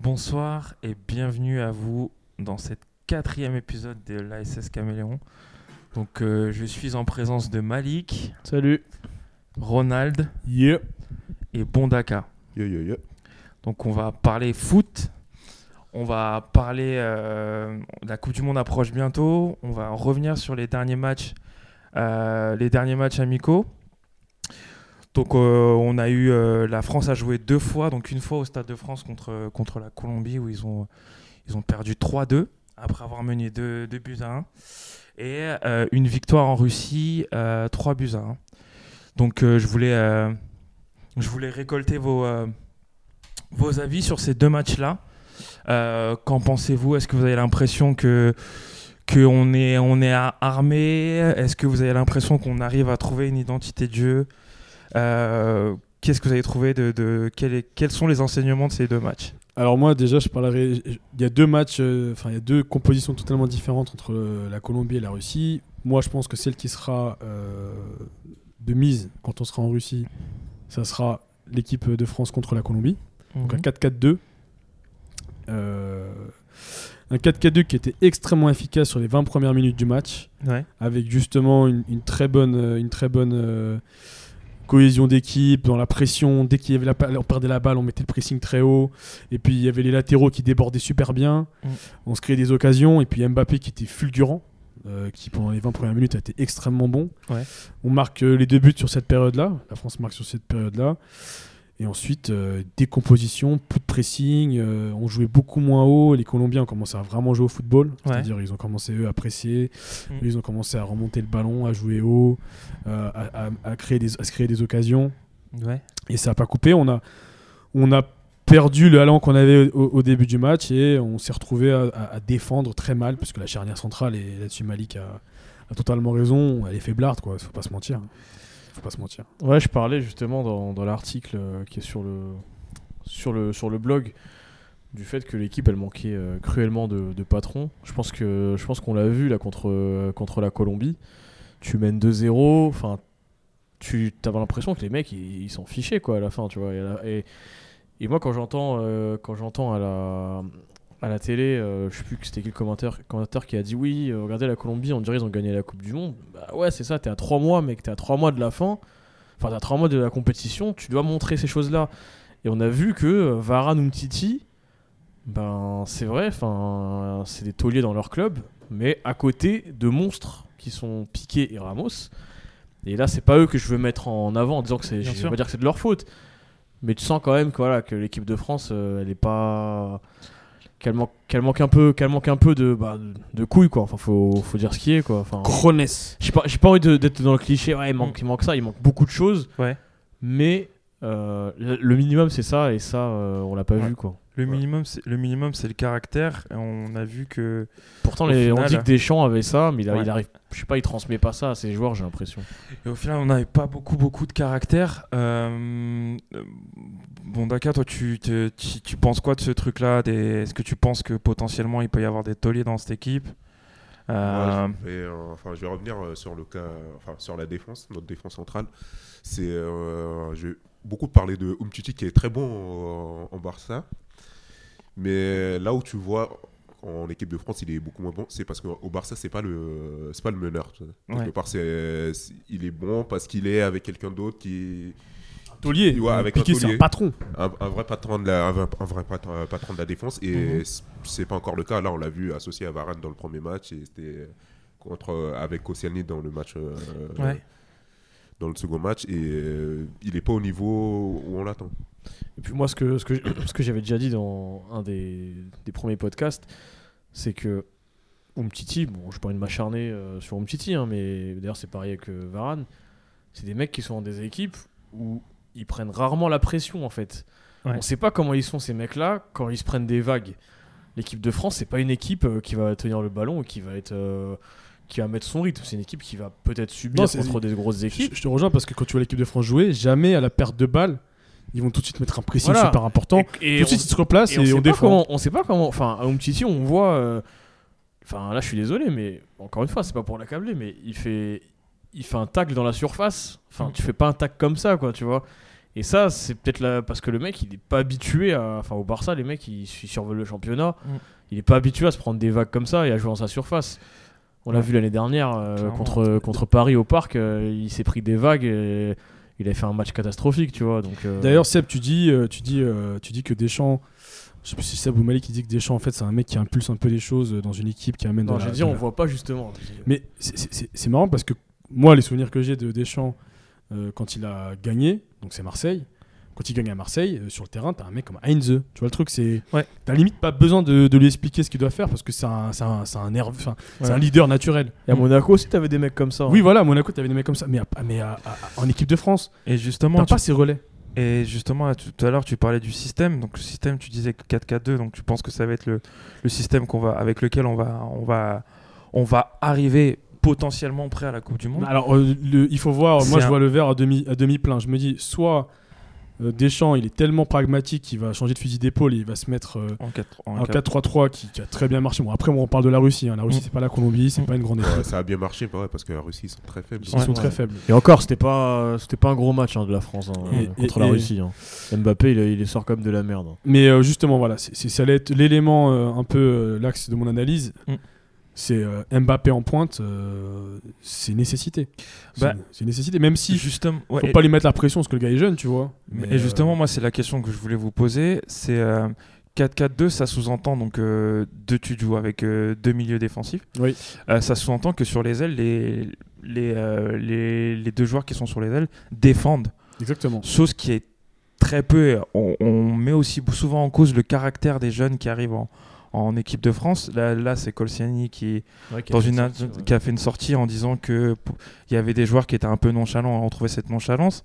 Bonsoir et bienvenue à vous dans cet quatrième épisode de l'ASS Caméléon. Donc euh, je suis en présence de Malik, Salut. Ronald Yeah. et Bondaka. Yo yo yo. Donc on va parler foot, on va parler euh, la Coupe du Monde approche bientôt, on va en revenir sur les derniers matchs, euh, les derniers matchs amicaux. Donc euh, on a eu euh, la France a joué deux fois, donc une fois au Stade de France contre contre la Colombie où ils ont ils ont perdu 3-2 après avoir mené 2 buts à 1 et euh, une victoire en Russie 3 buts à 1. Donc euh, je voulais euh, je voulais récolter vos euh, vos avis sur ces deux matchs-là. Euh, Qu'en pensez-vous Est-ce que vous avez l'impression que qu'on est on est a- armé Est-ce que vous avez l'impression qu'on arrive à trouver une identité de jeu Euh, Qu'est-ce que vous avez trouvé de, de- quel est- quels sont les enseignements de ces deux matchs Alors moi déjà je parlerai. Il y a deux matchs, euh, enfin il y a deux compositions totalement différentes entre euh, la Colombie et la Russie. Moi je pense que celle qui sera euh, de mise quand on sera en Russie, ça sera l'équipe de France contre la Colombie. Donc Mhm. un 4-4-2. Euh, un 4-4-2 qui était extrêmement efficace sur les 20 premières minutes du match. Ouais. avec justement une, une très bonne, euh, une très bonne euh, cohésion d'équipe, dans la pression. Dès qu'il y avait la, pa- on perdait la balle, on mettait le pressing très haut. Et puis il y avait les latéraux qui débordaient super bien. Mm. On se créait des occasions. Et puis Mbappé qui était fulgurant, euh, qui pendant les 20 premières minutes a été extrêmement bon. Ouais. On marque euh, les deux buts sur cette période-là. La France marque sur cette période-là. Et ensuite, euh, décomposition, plus de pressing, euh, on jouait beaucoup moins haut. Les Colombiens ont commencé à vraiment jouer au football. C'est-à-dire, ils ont commencé, eux, à presser, Mm. ils ont commencé à remonter le ballon, à jouer haut, euh, à, à- à créer des, à se créer des occasions. Ouais. Et ça n'a pas coupé. On a, on a perdu le allant qu'on avait au, au début du match et on s'est retrouvé à, à- à défendre très mal, parce que la charnière centrale, et là-dessus Malik a, a totalement raison, elle est faiblarde, quoi. Faut pas se mentir. Faut pas se mentir. Ouais, je parlais justement dans, dans l'article euh, qui est sur le, sur, le, sur le blog du fait que l'équipe elle manquait euh, cruellement de, de patrons. Je pense que je pense qu'on l'a vu là contre, euh, contre la Colombie. Tu mènes 2-0, enfin tu avais l'impression que les mecs ils ils s'en fichaient quoi à la fin, tu vois. Et, la- et- et moi quand j'entends euh, quand j'entends à la à la télé, euh, je sais plus que c'était quel commentateur, commentateur qui a dit oui, euh, regardez la Colombie, on dirait ils ont gagné la Coupe du monde. Bah ouais, c'est ça, t'es à 3 mois mec, t'es à 3 mois de la fin enfin t'as trois mois de la compétition, tu dois montrer ces choses-là. Et on a vu que euh, Varane ou Umtiti, ben c'est vrai, enfin c'est des tauliers dans leur club, mais à côté de monstres qui sont Piqué et Ramos. Et là c'est pas eux que je veux mettre en avant en disant que c'est, Bien je vais sûr. pas dire que c'est de leur faute, mais tu sens quand même que voilà que l'équipe de France euh, elle est pas qu'elle manque, qu'elle manque un peu qu'elle manque un peu de bah, de- de couilles quoi enfin faut, faut dire ce qui est quoi enfin Crones. j'ai pas, j'ai pas envie de- d'être dans le cliché, ouais, il manque, il manque ça, il manque beaucoup de choses. Mm. Ouais. Mais euh, le le minimum, c'est ça, et ça, euh, on l'a pas Ouais. vu, quoi. Le Voilà. minimum, c'est le minimum, c'est le caractère. Et on a vu que Pourtant, Au les- on final- dit que Deschamps avait ça, mais il, a- Ouais. il arrive, je sais pas, il transmet pas ça à ses joueurs, j'ai l'impression. et au final, on n'avait pas beaucoup, beaucoup de caractère. Euh, euh, bon, Daka, toi, tu, te- tu, tu penses quoi de ce truc-là des- Est-ce que tu penses que potentiellement il peut y avoir des tauliers dans cette équipe Euh, Moi, je, vais, euh, enfin, je vais revenir euh, sur le cas, enfin, sur la défense, notre défense centrale. C'est, euh, je vais beaucoup parler de Umtiti qui est très bon en- en Barça, mais là où tu vois en équipe de France, il est beaucoup moins bon. C'est parce qu'au Barça, c'est pas le, c'est pas le meneur. tu vois. Quelque Ouais. part, c'est, c'est- il est bon parce qu'il est avec quelqu'un d'autre qui, Taulier. Ouais, avec Piqué, un c'est un taulier. patron. un, un vrai patron de la, un vrai, un vrai patron, un patron de la défense et Mhm. c- c'est pas encore le cas là on l'a vu associé à Varane dans le premier match et c'était euh, contre euh, avec Koscielny dans le match euh, Ouais. dans le second match et euh, il est pas au niveau où on l'attend Et puis moi, ce que, ce que, ce que j'avais déjà dit dans un des, des premiers podcasts, c'est que Umtiti, bon, je pas envie de m'acharner euh, sur Umtiti, hein, mais d'ailleurs c'est pareil avec euh, Varane, c'est des mecs qui sont dans des équipes où ils prennent rarement la pression en fait. Ouais. On sait pas comment ils sont ces mecs-là quand ils se prennent des vagues. L'équipe de France, c'est pas une équipe euh, qui va tenir le ballon et qui va être... euh, qui va mettre son rythme, c'est une équipe qui va peut-être subir Non, c'est- contre des grosses Je, équipes. je te rejoins parce que quand tu vois l'équipe de France jouer, jamais à la perte de balle, ils vont tout de suite mettre un pressing Voilà. super important. Et- et tout de suite, on- ils se replacent Et et, Ah, on, sait on, pas défend. comment- on sait pas comment. Enfin, à Umtiti, on voit. euh, Enfin, là, je suis désolé, mais encore une fois, c'est pas pour l'accabler, mais il fait, il fait un tacle dans la surface. Enfin, Mm. tu fais pas un tacle comme ça, quoi, tu vois. Et ça, c'est peut-être là parce que le mec, il n'est pas habitué à. Enfin, au Barça, les mecs, ils su- survolent le championnat. Mm. Il n'est pas habitué à se prendre des vagues comme ça et à jouer en sa surface. On l'a Ouais. vu l'année dernière euh, Clairement. contre, contre Paris au parc, euh, il s'est pris des vagues et il a fait un match catastrophique, tu vois. Donc, euh, D'ailleurs, Seb, tu dis, euh, tu, dis, euh, tu dis que Deschamps. Je sais pas si c'est Seb ou Malik qui dit que Deschamps, en fait, c'est un mec qui impulse un peu les choses euh, dans une équipe, qui amène non, dans j'ai la- dit, dans on la- voit pas justement. Mais c'est- c'est c'est- c'est marrant parce que moi, les souvenirs que j'ai de Deschamps euh, quand il a gagné, donc c'est Marseille. Quand il gagne à Marseille, euh, sur le terrain, t'as un mec comme Heinze. Tu vois le truc, c'est. Ouais. T'as limite pas besoin de, de lui expliquer ce qu'il doit faire parce que c'est un, c'est un, c'est un, nerveux, enfin, c'est Ouais. un leader naturel. Et à Monaco aussi, t'avais des mecs comme ça. hein. Oui, voilà, à Monaco, t'avais des mecs comme ça. Mais, à- mais à- à- en équipe de France, Et justement, t'as tu- pas ces relais. et justement, tout tout à l'heure, tu parlais du système. Donc le système, tu disais que 4-4-2. Donc tu penses que ça va être le, le système qu'on va, avec lequel on va, on va, on va arriver potentiellement prêt à la Coupe du Monde. Alors, euh, le- il faut voir. Moi, C'est je un- vois le verre à demi, à demi plein. Je me dis, soit euh, Deschamps, il est tellement pragmatique qu'il va changer de fusil d'épaule et il va se mettre euh, En 4 un 4-3-3 qui, qui a très bien marché. Bon, après, on parle de la Russie. hein. La Russie, Mm. c'est pas la Colombie, c'est Mm. pas une grande équipe. ça a bien marché, bah ouais, parce que la Russie, ils sont très faibles. Ils sont très faibles. Et encore, c'était pas, euh, c'était pas un gros match hein, de la France hein, Et- euh, contre et- la et- Russie. hein. Mbappé, il, il les sort comme de la merde. hein. Mais euh, justement, voilà, c'est c'est- ça allait être l'élément, euh, un peu euh, l'axe de mon analyse. Mm. C'est euh, Mbappé en pointe, euh, c'est nécessité. C'est Bah, une- c'est une nécessité. Même si justement, ouais, faut et- pas lui mettre la pression parce que le gars est jeune, tu vois. Mais- Mais, et euh, justement, moi, c'est la question que je voulais vous poser. C'est euh, 4-4-2, ça sous-entend donc euh, deux tutos avec euh, deux milieux défensifs. Oui. Euh, ça sous-entend que sur les ailes, les, les, euh, les, les deux joueurs qui sont sur les ailes défendent. euh, exactement. Chose qui est très peu. On, on met aussi souvent en cause le caractère des jeunes qui arrivent en, en équipe de France. Là, là c'est Colciani qui, dans une sortie, in- qui a fait une sortie en disant que pou- il y avait des joueurs qui étaient un peu nonchalants, on trouvait cette nonchalance.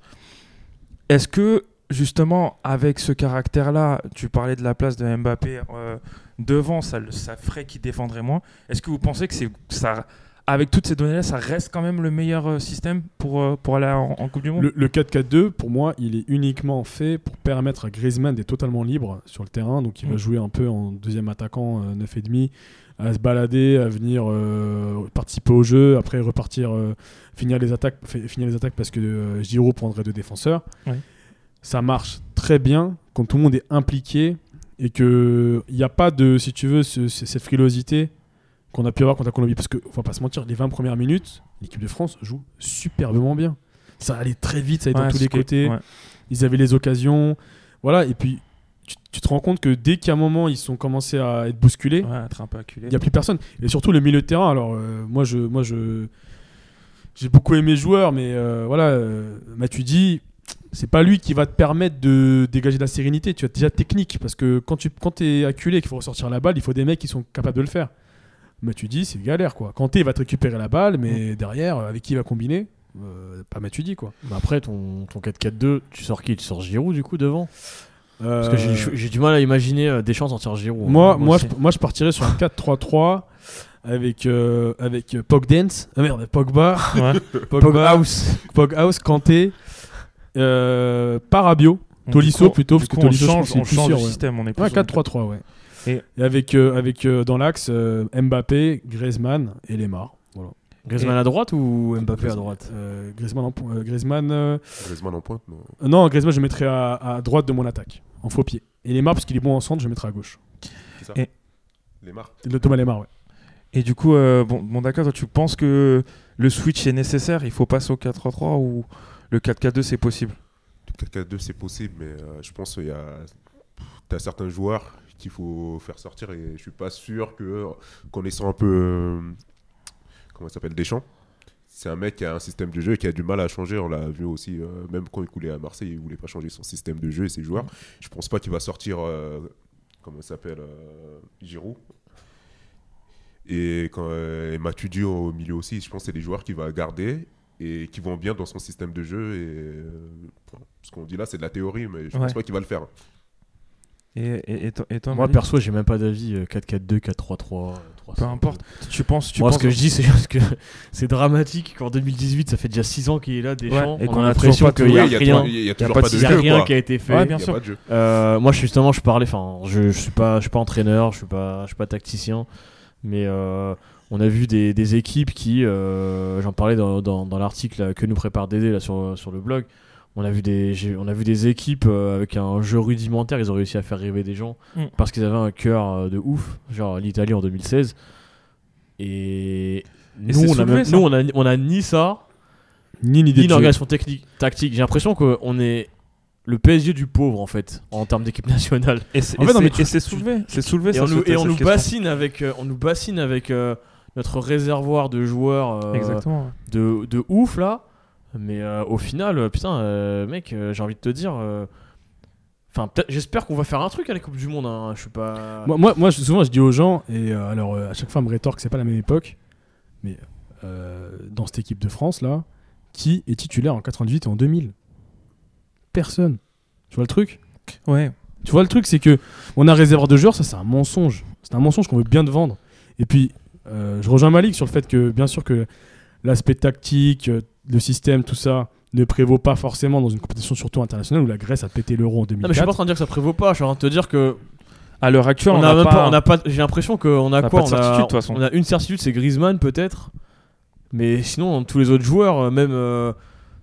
Est-ce que justement avec ce caractère-là, tu parlais de la place de Mbappé euh, devant, ça, le- ça ferait qu'il défendrait moins. Est-ce que vous pensez que c'est ça, avec toutes ces données-là, ça reste quand même le meilleur euh, système pour euh, pour aller en, en Coupe du Monde Le, le 4-4-2, pour moi, il est uniquement fait pour permettre à Griezmann d'être totalement libre sur le terrain. Donc, il va Mm. jouer un peu en deuxième attaquant, euh, 9,5, à se balader, à venir euh, participer au jeu, après repartir, euh, finir, les attaques, fi- finir les attaques parce que euh, Giroud prendrait deux défenseurs. Ouais. Ça marche très bien quand tout le monde est impliqué et qu'il n'y a pas de, si tu veux, ce- ce- cette frilosité qu'on a pu avoir contre la Colombie. Parce que, faut pas se mentir, les 20 premières minutes, l'équipe de France joue superbement bien. Ça allait très vite, ça allait Ouais, dans tous ce les qui est- côtés. ouais. Ils avaient les occasions. Voilà, et puis tu, tu te rends compte que dès qu'à un moment, ils sont commencés à être bousculés, Ouais, être un peu acculé. il n'y a plus personne. Et surtout le milieu de terrain. Alors, euh, moi, je. Moi, je j'ai beaucoup aimé le joueur, mais euh, voilà, euh, Matuidi, c'est pas lui qui va te permettre de dégager de la sérénité. Tu as déjà technique, parce que quand tu quand es acculé et qu'il faut ressortir la balle, il faut des mecs qui sont capables de le faire. Matuidi, c'est galère, quoi. Kanté, il va te récupérer la balle, mais Mm. derrière, euh, avec qui il va combiner Euh, Pas Matuidi, quoi. Mais après, ton, ton 4-4-2, tu sors qui Tu sors Giroud du coup devant Parce Euh, que j'ai- j'ai du mal à imaginer euh, Deschamps sortir Giroud. hein. Moi, moi moi, aussi. je, moi, je partirais sur un 4-3-3 avec, euh, avec euh, Pogdance. Ah merde, Pogba. Ouais. Pogba, Poghouse, Kanté, euh, Parabio. Donc, du Tolisso coup, plutôt, du parce que coup, on Tolisso, je pense change, que c'est on plus change sûr, de ouais. système, on est plus Ouais, sur- 4-3-3, ouais. Et- Et, avec, euh, avec euh, dans l'axe euh, Mbappé, Griezmann et Lemar. Voilà. Griezmann à droite ou Mbappé à droite Euh, Griezmann, en po- euh, Griezmann euh, Griezmann en pointe. non. euh, non, Griezmann, je le mettrais à, à droite de mon attaque, en faux pied. Et Lemar, parce qu'il est bon en centre, je le mettrais à gauche. C'est ça Et- Les marques. Le Thomas Lemar, ouais. Et du coup, euh, bon, bon, d'accord, toi, tu penses que le switch est nécessaire, il faut passer au 4-3-3 ou le 4-4-2 c'est possible Le 4-4-2, c'est possible, mais euh, je pense qu'il y a. T'as certains joueurs qu'il faut faire sortir et je suis pas sûr que, connaissant un peu. euh, comment il s'appelle Deschamps, c'est un mec qui a un système de jeu et qui a du mal à changer. On l'a vu aussi, euh, même quand il coulait à Marseille, il voulait pas changer son système de jeu et ses joueurs. Je pense pas qu'il va sortir. euh, comment il s'appelle euh, Giroud. Et, quand, euh, et Matuidi au milieu aussi, je pense que c'est des joueurs qu'il va garder et qui vont bien dans son système de jeu. Et, euh, ce qu'on dit là, c'est de la théorie, mais je Ouais. pense pas qu'il va le faire. hein. Et, et, et toi, et toi, Moi, Malik perso, j'ai même pas d'avis. euh, 4-4-2, 4-3-3. euh, 3-5. peu importe. Tu penses, tu Moi, penses ce que je dis, c'est juste que c'est dramatique qu'en 2018, ça fait déjà 6 ans qu'il est là, Deschamps. Ouais, et on qu'on a a l'impression toujours pas qu'il n'y a Oui, y rien. toujours- y a y a toujours pas pas de de Il y a jeu. rien quoi. qui a été fait. Ouais, Il y bien a sûr. pas de jeu. Euh, moi, je- justement, je parlais. Enfin, je, je suis pas, je suis pas entraîneur, je suis pas, je suis pas tacticien, mais euh, on a vu des, des équipes qui, euh, j'en parlais dans, dans, dans l'article là, que nous prépare Dédé là sur sur le blog. On a vu des, j'ai- on a vu des équipes euh, avec un jeu rudimentaire, ils ont réussi à faire rêver des gens Mm. parce qu'ils avaient un cœur euh, de ouf, genre l'Italie en 2016. Et, nous, c'est on a soulevé, même- ça. nous, on a, on a ni ça, Ni une idée ni une de jeu. organisation technique, tactique. J'ai l'impression qu'on est le PSG du pauvre en fait, en termes d'équipe nationale. Et c'est En fait, et non, mais c'est- tu- et c'est soulevé. C'est soulevé. Et on ça, nous, cette- et on cette nous question. bassine avec, euh, on nous bassine avec euh, notre réservoir de joueurs euh, Exactement. de, de ouf là. Mais euh, au final, euh, putain, euh, mec, euh, j'ai envie de te dire. euh, Enfin, peut-être- j'espère qu'on va faire un truc à la Coupe du Monde. hein, Je suis pas. Ah. Moi, moi, moi, je- souvent, je dis aux gens, et euh, alors euh, à chaque fois, on me rétorque, c'est pas la même époque, mais euh, dans cette équipe de France, là, qui est titulaire en 98 et en 2000 Personne. Tu vois le truc Ouais. Tu vois le truc, c'est que on a un réservoir de joueurs, ça, c'est un mensonge. C'est un mensonge qu'on veut bien te vendre. Et puis, euh, je rejoins Malik sur le fait que, bien sûr, que l'aspect tactique, euh, le système, tout ça, ne prévaut pas forcément dans une compétition surtout internationale où la Grèce a pété l'euro en Non, mais je suis 2004. pas en train de dire que ça prévaut pas. Je suis en train de te dire que À l'heure actuelle, on, on a, n'a même pas. pas, on a pas. J'ai l'impression qu'on a On a quoi pas de on, certitude, a, de toute façon. on a une certitude, c'est Griezmann peut-être. Mais sinon, tous les autres joueurs, euh, même. euh,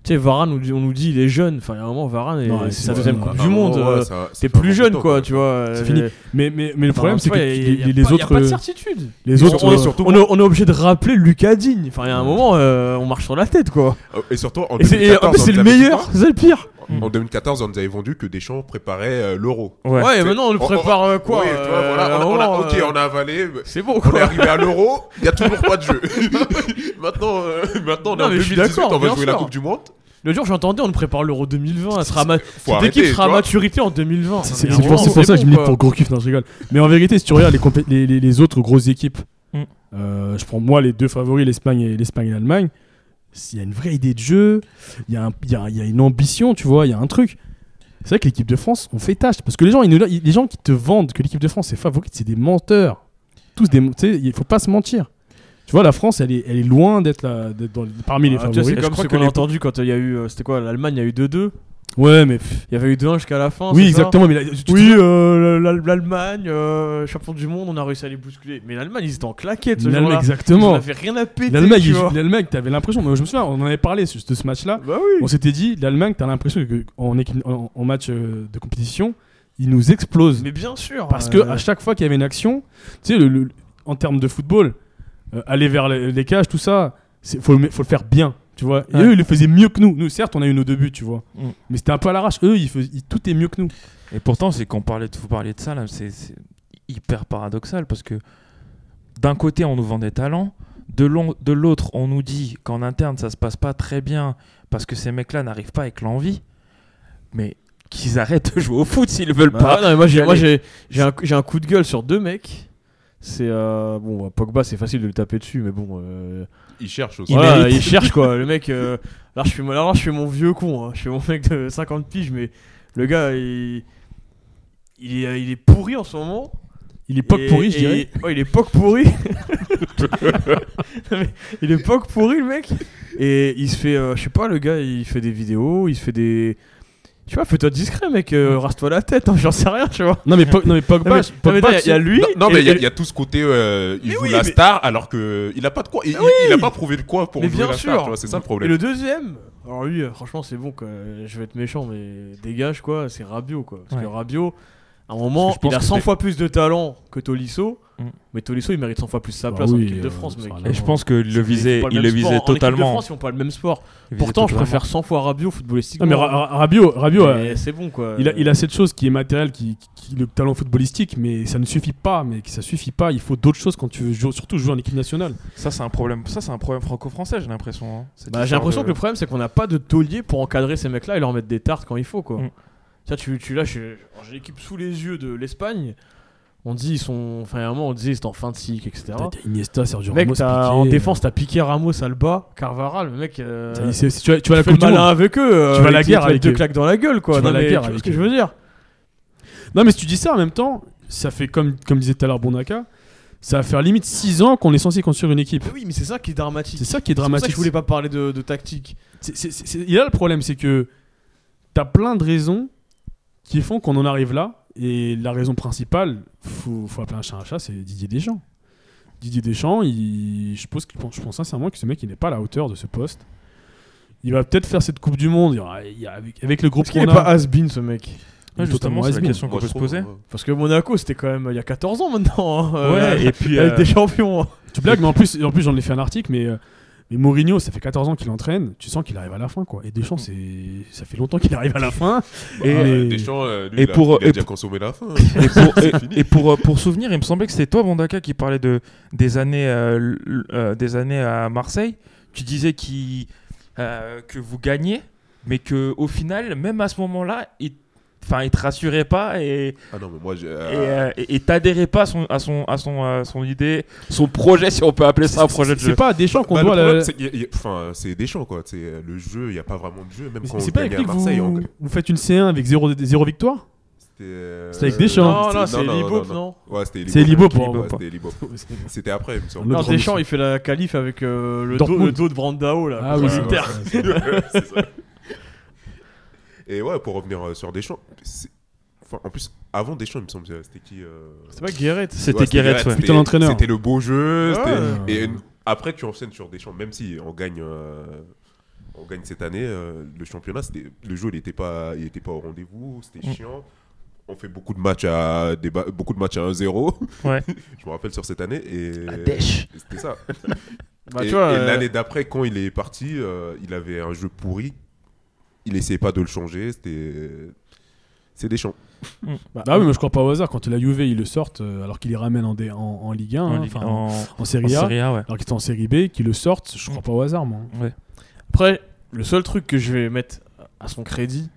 tu sais, Varane, on nous dit- on nous dit il est jeune. Enfin, il y a un moment, Varane, et Non, c'est c'est sa vrai, deuxième ouais. Coupe Ah, du Monde. ouais, euh, ça- ça T'es fait un plus peu jeune, tôt, quoi, tu vois. C'est euh, fini. j'ai- Mais, mais, mais le Enfin, problème, c'est tu que vois, y a- y a- les, y a les pas- y a autres. pas de certitude. les On, autres. on- euh, on- on est, on est obligé de rappeler Lucas Digne. Enfin, il y a un moment, euh, on marche sur la tête, quoi. Euh, Et surtout, en Et c'est et en 2014, plus, c'est on le nous avait dit meilleur, Hmm. c'est le pire. quoi En 2014, on nous avait vendu que Deschamps préparait euh, l'euro. Ouais. Ouais, et C'est- maintenant, on le on- on- prépare euh, quoi Oui, tu vois, euh, voilà, à un on a- on a- moment, ok, euh, on a avalé. mais C'est bon, On est quoi. arrivé à l'euro, il n'y a toujours pas de jeu. maintenant, euh, maintenant, on est Non, en mais je suis 2018, d'accord, on va bien jouer la sûr. Coupe du Monde. Le jour, j'entendais, on prépare l'Euro 2020. Elle sera ma- Cette arrêter, équipe sera à tu vois. maturité en 2020. C'est Mais c'est pour, vraiment, c'est pour ça que bon, je milite quoi. pour gros kiff, non je rigole. Mais en vérité, si tu regardes les, compé- les, les- les autres grosses équipes, Mm. euh, je prends moi les deux favoris, l'Espagne et l'Espagne et l'Allemagne. S'il y a une vraie idée de jeu, il y, a un- il y a, il y a une ambition, tu vois, il y a un truc. C'est vrai que l'équipe de France, on fait tâche. Parce que les gens, ils nous- ils- les gens qui te vendent que l'équipe de France est favorite, c'est des menteurs. Tous des, tu sais, il faut pas se mentir. Tu vois, la France, elle est, elle est loin d'être la- d'être dans- parmi les Ah, tu vois, favoris. C'est comme crois ce que qu'on a les- entendu quand euh, il y a eu. euh, C'était quoi L'Allemagne, il y a eu 2-2. Ouais, mais pff, Il y avait eu 2-1 jusqu'à la fin. oui, c'est ça exactement. Mais là, tu- tu- Oui, euh, l'Al- l'Allemagne, euh, champion du monde, on a réussi à les bousculer. Mais l'Allemagne, ils étaient en claquette ce l'Allemagne, jour-là. Ils en exactement. avaient rien à péter. L'Allemagne, tu il- vois. l'Allemagne, t'avais l'impression, moi, je me souviens, on en avait parlé ce- de ce match-là. Bah oui. On s'était dit, l'Allemagne, t'as l'impression que en, équipe- en- en match euh, de compétition, ils nous explosent. Mais bien sûr. Parce euh, que à chaque fois qu'il y avait une action, tu sais, le- le- en termes de football, euh, aller vers les, les cages, tout ça, c'est- faut, le me- faut le faire bien, tu vois. Et Ouais. eux, ils le faisaient mieux que nous. Nous, certes, on a eu nos deux buts, tu vois. Mm. Mais c'était un peu à l'arrache. Eux, ils fais- ils- tout est mieux que nous. Et pourtant, c'est quand parlait de, vous parliez de ça, là, c'est c'est hyper paradoxal parce que d'un côté, on nous vend des talents, de l'on- de l'autre, on nous dit qu'en interne, ça se passe pas très bien parce que ces mecs-là n'arrivent pas avec l'envie, mais qu'ils arrêtent de jouer au foot s'ils veulent bah, pas. non, mais moi, j'ai- moi, Allez. j'ai j'ai un, j'ai un coup de gueule sur deux mecs. C'est. euh, bon, Pogba, c'est facile de le taper dessus, mais bon. euh, Il cherche aussi. Il voilà, mérite. il cherche quoi. Le mec, euh, là, je suis, là, je suis mon vieux con. hein. Je suis mon mec de 50 piges, mais le gars, il, il, est, il est pourri en ce moment. Il est pas Et- pourri, je et- dirais. ouais, il est poc pourri. Non, mais il est poc pourri, le mec. Et il se fait, euh, je sais pas, le gars, il fait des vidéos, il se fait des. Je sais pas, fais-toi discret, mec. euh, rase-toi la tête, hein, j'en sais rien, tu vois. Non, mais, Po- non, mais Pogba, Non, mais- je- non, mais Pogba, il y a- il y, a lui. Non, non, et- mais il y a- et- il y, a tout ce côté, euh, il Mais joue oui, la mais- Ah star alors que il a pas de quoi. Il, il- il a pas prouvé de quoi pour Mais jouer bien la sûr. star. tu vois, C'est ça le Et problème. le deuxième, alors lui, euh, franchement, c'est bon, quoi. Euh, je vais être méchant, mais dégage, quoi. C'est Rabiot, quoi. Parce que Ouais. Rabiot, à un Parce moment, que je pense il a que 100 c'est- fois plus de talent que Tolisso, Mm. mais Tolisso, il mérite 100 fois plus sa Bah place en oui, équipe de euh, France, ça mec. va Et hein. je pense qu'il le Mais ils font visait, pas il même le sport. visait En équipe de totalement. France, ils font pas le même sport. Il visait Pourtant, je totalement. préfère 100 fois Rabiot Non, footballistiquement. mais Ra- Ra- Rabiot, Rabiot, hein. Mais euh, c'est bon, quoi. Il a, il a cette chose qui est matérielle, qui, qui- le talent footballistique, mais ça ne suffit pas. Mais que ça suffit pas. Il faut d'autres choses quand tu veux jouer, surtout jouer en équipe nationale. Ça, c'est un problème. Ça, c'est un problème franco-français, j'ai l'impression. hein. Cette Bah, j'ai histoire l'impression de- que le problème, c'est qu'on n'a pas de taulier pour encadrer ces mecs-là et leur mettre des tartes quand il faut, quoi. Mm. Tiens, tu, tu lâches. euh, alors, J'ai l'équipe sous les yeux de l'Espagne. On dit, ils sont. Enfin, à un moment, on disait, ils étaient en fin de cycle, etc. T'as- t'as Iniesta, Sergio Mec, Ramos, t'as- Piqué, en euh, défense, t'as piqué Ramos, Alba, Carvajal. Le mec. euh, t'as- c'est- c'est- tu vas, tu vas à la tu fais Coupe le du Monde. malin avec eux. euh, Tu vas à la ils te guerre mettent avec deux eux. claques dans la gueule, quoi. Tu vas Non, à la mais guerre tu vois ce avec que eux. je veux dire. Non, mais si tu dis ça en même temps, ça fait comme, comme disait tout à l'heure Bonaka, ça va faire limite 6 ans qu'on est censé construire une équipe. Mais oui, mais c'est ça qui est dramatique. C'est ça qui est C'est pour ça que dramatique. je voulais pas parler de, de tactique. C'est- c'est- c'est- c'est- il y a le problème, c'est que t'as plein de raisons qui font qu'on en arrive là. Et la raison principale, faut, faut appeler un chat un chat, c'est Didier Deschamps. Didier Deschamps, il- je, pense, que- je pense sincèrement que ce mec, il n'est pas à la hauteur de ce poste. Il va peut-être faire cette Coupe du Monde il y aura- il y a- avec, avec le groupe Est-ce qu'il qu'on est a. pas has-been ce mec il est justement, totalement c'est la has-been. question qu'on Moi, peut je se trouve, euh, poser. ouais. Parce que Monaco, c'était quand même euh, il y a 14 ans maintenant. hein, Ouais, euh, et puis. avec euh, des champions. hein. Tu blagues, mais en plus, en plus j'en ai fait un article, mais, euh, mais Mourinho, ça fait 14 ans qu'il entraîne, tu sens qu'il arrive à la fin, quoi. Et Deschamps, c'est... ça fait longtemps qu'il arrive à la fin. Et- Ah, mais- Deschamps, euh, lui, et il a- pour- il a, et déjà pour- consommé la fin. hein. Et pour, C'est et- fini. et pour, euh, pour souvenir, il me semblait que c'était toi, Bondaka, qui parlait de, des, années, euh, l- l- euh, des années à Marseille. Tu disais qu'il- euh, que vous gagnez, mais qu'au final, même à ce moment-là, il ne te rassurait pas et Ah non, mais moi, bah, j'ai- et, euh, et- et t'adhérais pas à, son, à, son, à son, euh, son idée, son projet, si on peut appeler ça un projet de C'est jeu. pas à Deschamps qu'on Bah, doit le la... problème, c'est qu'il y a- il y a- enfin, c'est Deschamps, quoi. C'est, euh, le jeu, il n'y a pas vraiment de jeu. Même Mais quand c'est- on c'est pas avec gagnait lui à que Marseille, on- vous... vous faites une C1 avec 0 victoire c'était. euh, C'était avec Deschamps. Non, non, c'est Libop, non, Ouais, c'était C'est Libop, Ouais, Libop, c'était Ah Libop. C'était après, il me semble. Le Non, grand Deschamps, monsieur. il fait la qualif avec euh, le, Dortmund. dos, le dos de Brandao là. Ah contre oui, ouais, l'Inter. c'est vrai. C'est ça. Et ouais, pour revenir euh, sur Deschamps, c'est- enfin, en plus, avant Deschamps, il me semble, c'était qui euh, C'est pas Guéret. C'était ouais, Guéret, ouais. c'était- Putain d'entraîneur. C'était le beau jeu. c'était- Ouais. Et une- après, tu enchaînes sur Deschamps, même si on gagne. euh, On gagne cette année, euh, le championnat, c'était- le jeu, il n'était pas, il était pas au rendez-vous, c'était Mm. chiant. On fait beaucoup de matchs à, des ba- beaucoup de matchs à 1-0. Ouais. Je me rappelle sur cette année. Et... À Desch. et C'était ça. Bah, et tu vois, et euh, l'année d'après, quand il est parti, euh, il avait un jeu pourri. Il essayait pas de le changer. C'était. C'est Deschamps. Bah, oui, mais je crois pas au hasard. Quand la Juve, ils le sortent, euh, alors qu'ils les ramènent en, dé- en, en Ligue 1, En hein, Ligue- enfin, en- en Ah, en Serie A, Serie A, ouais. alors qu'ils sont en Série B, qu'ils le sortent, je crois pas au hasard, moi. hein. Ouais. Après, le seul truc que je vais mettre à son crédit,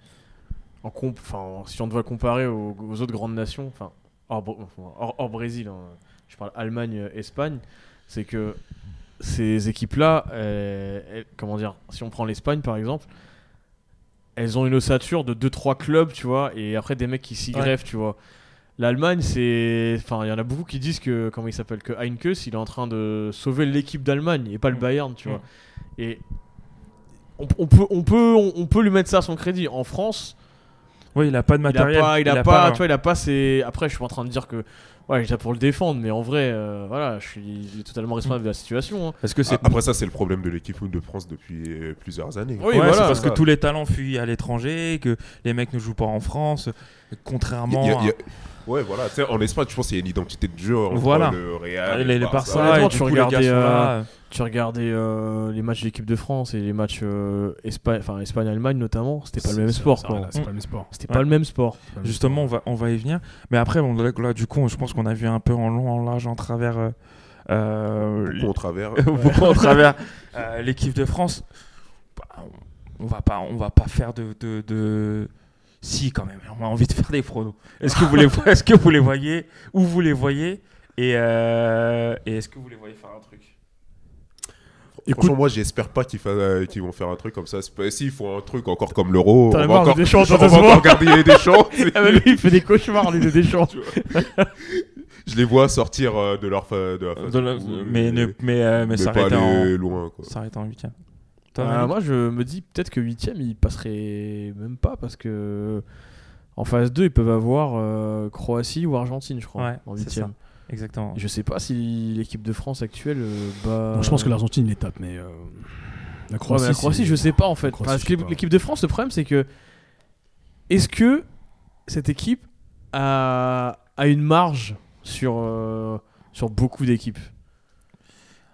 en comp, enfin, en- si on doit comparer aux, aux autres grandes nations, enfin, hors, Br- hors- hors Brésil, hein, je parle Allemagne, euh, Espagne, c'est que ces équipes-là, elles- elles- comment dire, si on prend l'Espagne par exemple, elles ont une ossature de 2-3 clubs, tu vois, et après des mecs qui s'y Ouais. greffent, tu vois. L'Allemagne, c'est. Enfin, il y en a beaucoup qui disent que. Comment il s'appelle Que Heinkeus, il est en train de sauver l'équipe d'Allemagne et pas le Mm. Bayern, tu vois. Mm. Et on, on peut, on, peut, on, on peut lui mettre ça à son crédit. En France, Ouais, il a pas de il a matériel. pas, il a pas, le- tu vois, il a pas ses. Après, je suis pas en train de dire que. Ouais, il est là pour le défendre, mais en vrai, euh, voilà, je suis je suis totalement responsable de la situation. hein. Parce que c'est Ah, Après ça, c'est le problème de l'équipe de France depuis euh, plusieurs années. Oui, Ouais, voilà. c'est parce que Ça. tous les talents fuient à l'étranger, que les mecs ne jouent pas en France, Il y a- il y a- contrairement il y à... a- Ouais, voilà. Tu sais, en Espagne, je pense qu'il y a une identité de jeu. Entre Voilà. Le Ah, Real. les, les le Barça, Honnêtement, et tu du coup, les regardais, gars sont euh, là. Tu regardais euh, les matchs de l'équipe de France et les matchs euh, Espa- enfin, Espagne-Allemagne notamment, c'était pas le même C'est- sport. ça, quoi. là, C'est pas le même sport. C'était Ouais. pas le même sport. Justement, on va, on va y venir. Mais après, bon, là, là, du coup, je pense qu'on a vu un peu en long, en large, en travers... euh, euh, Beaucoup au travers. beaucoup à travers euh, l'équipe de France. Bah, on- on va pas, on va pas faire de, de, de- si quand même. On a envie de faire des pronos. Est-ce que vous les, est-ce que vous les voyez, où vous les voyez, et, euh, et est-ce que vous les voyez faire un truc Écoute, Franchement, moi, j'espère pas qu'ils fa- euh, qu'ils vont faire un truc comme ça. C'est pas- S'ils font un truc encore comme l'euro, T'en as on va marre de encore, Deschamps, on toi, va ça se encore voit. regarder Deschamps. Ah bah lui, il fait des cauchemars, lui, de Deschamps. Je les vois sortir euh, de leur fa- de la phase De la- de poule, Mais ne- mais euh, mais mais pas s'arrêter en, aller loin. Quoi. s'arrêter en huitième. Toi, Bah, Malik moi, je me dis peut-être que 8 il passerait même pas parce que en phase 2, ils peuvent avoir euh, Croatie ou Argentine, je crois, Ouais, en c'est 8 ça. exactement. Je sais pas si l'équipe de France actuelle euh, bat. bon, je pense que l'Argentine les tape, mais euh, la Ouais, mais Croatie. la Croatie, c'est- je sais pas en fait. Croatie, Parce je que sais pas. l'équipe de France, le problème, c'est que est-ce que cette équipe a, a une marge sur, euh, sur beaucoup d'équipes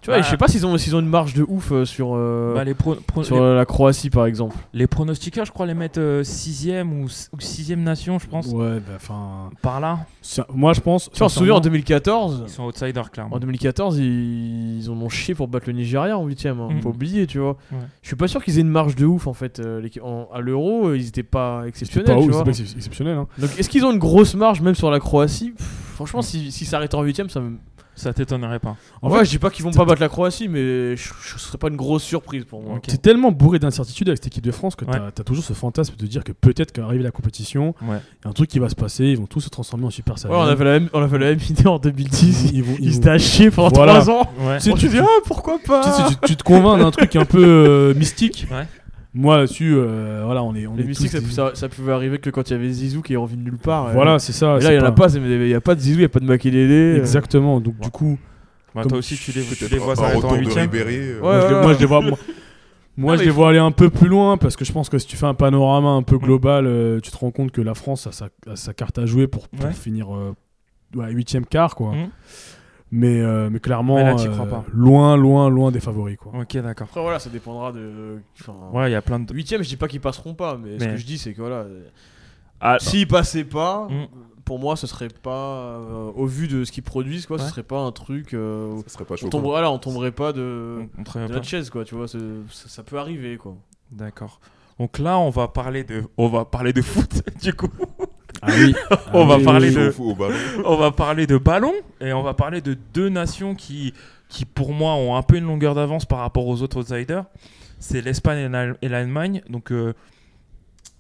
Tu vois, Bah- je sais pas s'ils ont, s'ils ont une marge de ouf euh, sur, euh, Bah, les, pro- pro- sur les, la Croatie par exemple. les pronostiqueurs, je crois, les mettent 6 ou, s- ou sixième nation, je pense. Ouais, bah, enfin. Par là, c'est- Moi, je pense. Tu vois, on se souvient en ils 2014. sont outsiders, clairement. En 2014, ils, ils en ont chié pour battre le Nigeria en 8ème. Hein. Mhm. Faut oublier, tu vois. Ouais. Je suis pas sûr qu'ils aient une marge de ouf en fait. euh, l'équipe- en- à l'Euro, euh, ils étaient pas C'est exceptionnels. pas tu haut, vois. c'est pas ex- exceptionnel. hein. Donc est-ce qu'ils ont une grosse marge même sur la Croatie Pff, Franchement, si, si ça arrête en 8ème, ça me. Ça t'étonnerait pas. En vrai, je dis pas qu'ils vont pas battre la Croatie, mais je, je- ce serait pas une grosse surprise pour moi. Ok. T'es tellement bourré d'incertitudes avec cette équipe de France que Ouais. t'as as toujours ce fantasme de dire que peut-être qu'arrive la compétition, Ouais. il y a un truc qui va se passer, ils vont tous se transformer en Super Ouais, Saiyan. on avait la même, on avait la même idée en 2010. Ils vont- ils Ils vont- s'étaient à chier pendant Voilà. 3 ans. Ouais. Tu sais, On tu- se dit, ah pourquoi tu sais, pas tu- tu te convaincs d'un truc un peu euh, mystique. Ouais. Moi là-dessus, euh, voilà, on est. On Les est mystiques, tous ça, des- ça- ça pouvait arriver que quand il y avait Zizou qui est revenu de nulle part. euh, Voilà, c'est ça. Mais là, c'est il n'y en a pas, c'est- il n'y a pas de Zizou, il n'y a pas de Makelele. euh. Exactement. Donc du coup, Bah, Comme toi aussi, tu les, tu Peut-être les vois un s'arrêter en retour de huitième. Ribéry. euh, Ouais. moi, je les, moi, je les vois. moi- Moi, Non, je mais les il vois aller un peu plus loin parce que je pense que si tu fais un panorama un peu global, euh, tu te rends compte que la France a sa, a sa carte à jouer pour, pour Ouais. finir euh, ouais, huitième quart, quoi. Mhm. Mais, euh, mais clairement, Mais là, t'y euh, crois pas. loin, loin, loin des favoris, quoi. Ok, d'accord. Après, voilà, ça dépendra de. enfin, Ouais, il y a plein de. Huitième, je dis pas qu'ils passeront pas, mais, ce Mais- que je dis, c'est que voilà. euh, Ah, S'ils passaient pas, Mm. pour moi, ce serait pas. euh, au vu de ce qu'ils produisent, quoi, Ouais. ce serait pas un truc. euh, Ça serait pas on, chaud. tomberait, voilà, on tomberait pas de, on- on travaille de pas. notre chaise, quoi, tu vois. c'est- Ça, ça peut arriver, quoi. D'accord. Donc là, on va parler de, on va parler de foot. Du coup, Ah oui. On va parler Chaud de- au fou- au ballon. on va parler de ballon et on va parler de deux nations qui, qui pour moi, ont un peu une longueur d'avance par rapport aux autres outsiders. C'est l'Espagne et l'Al- et l'Allemagne. Donc, euh,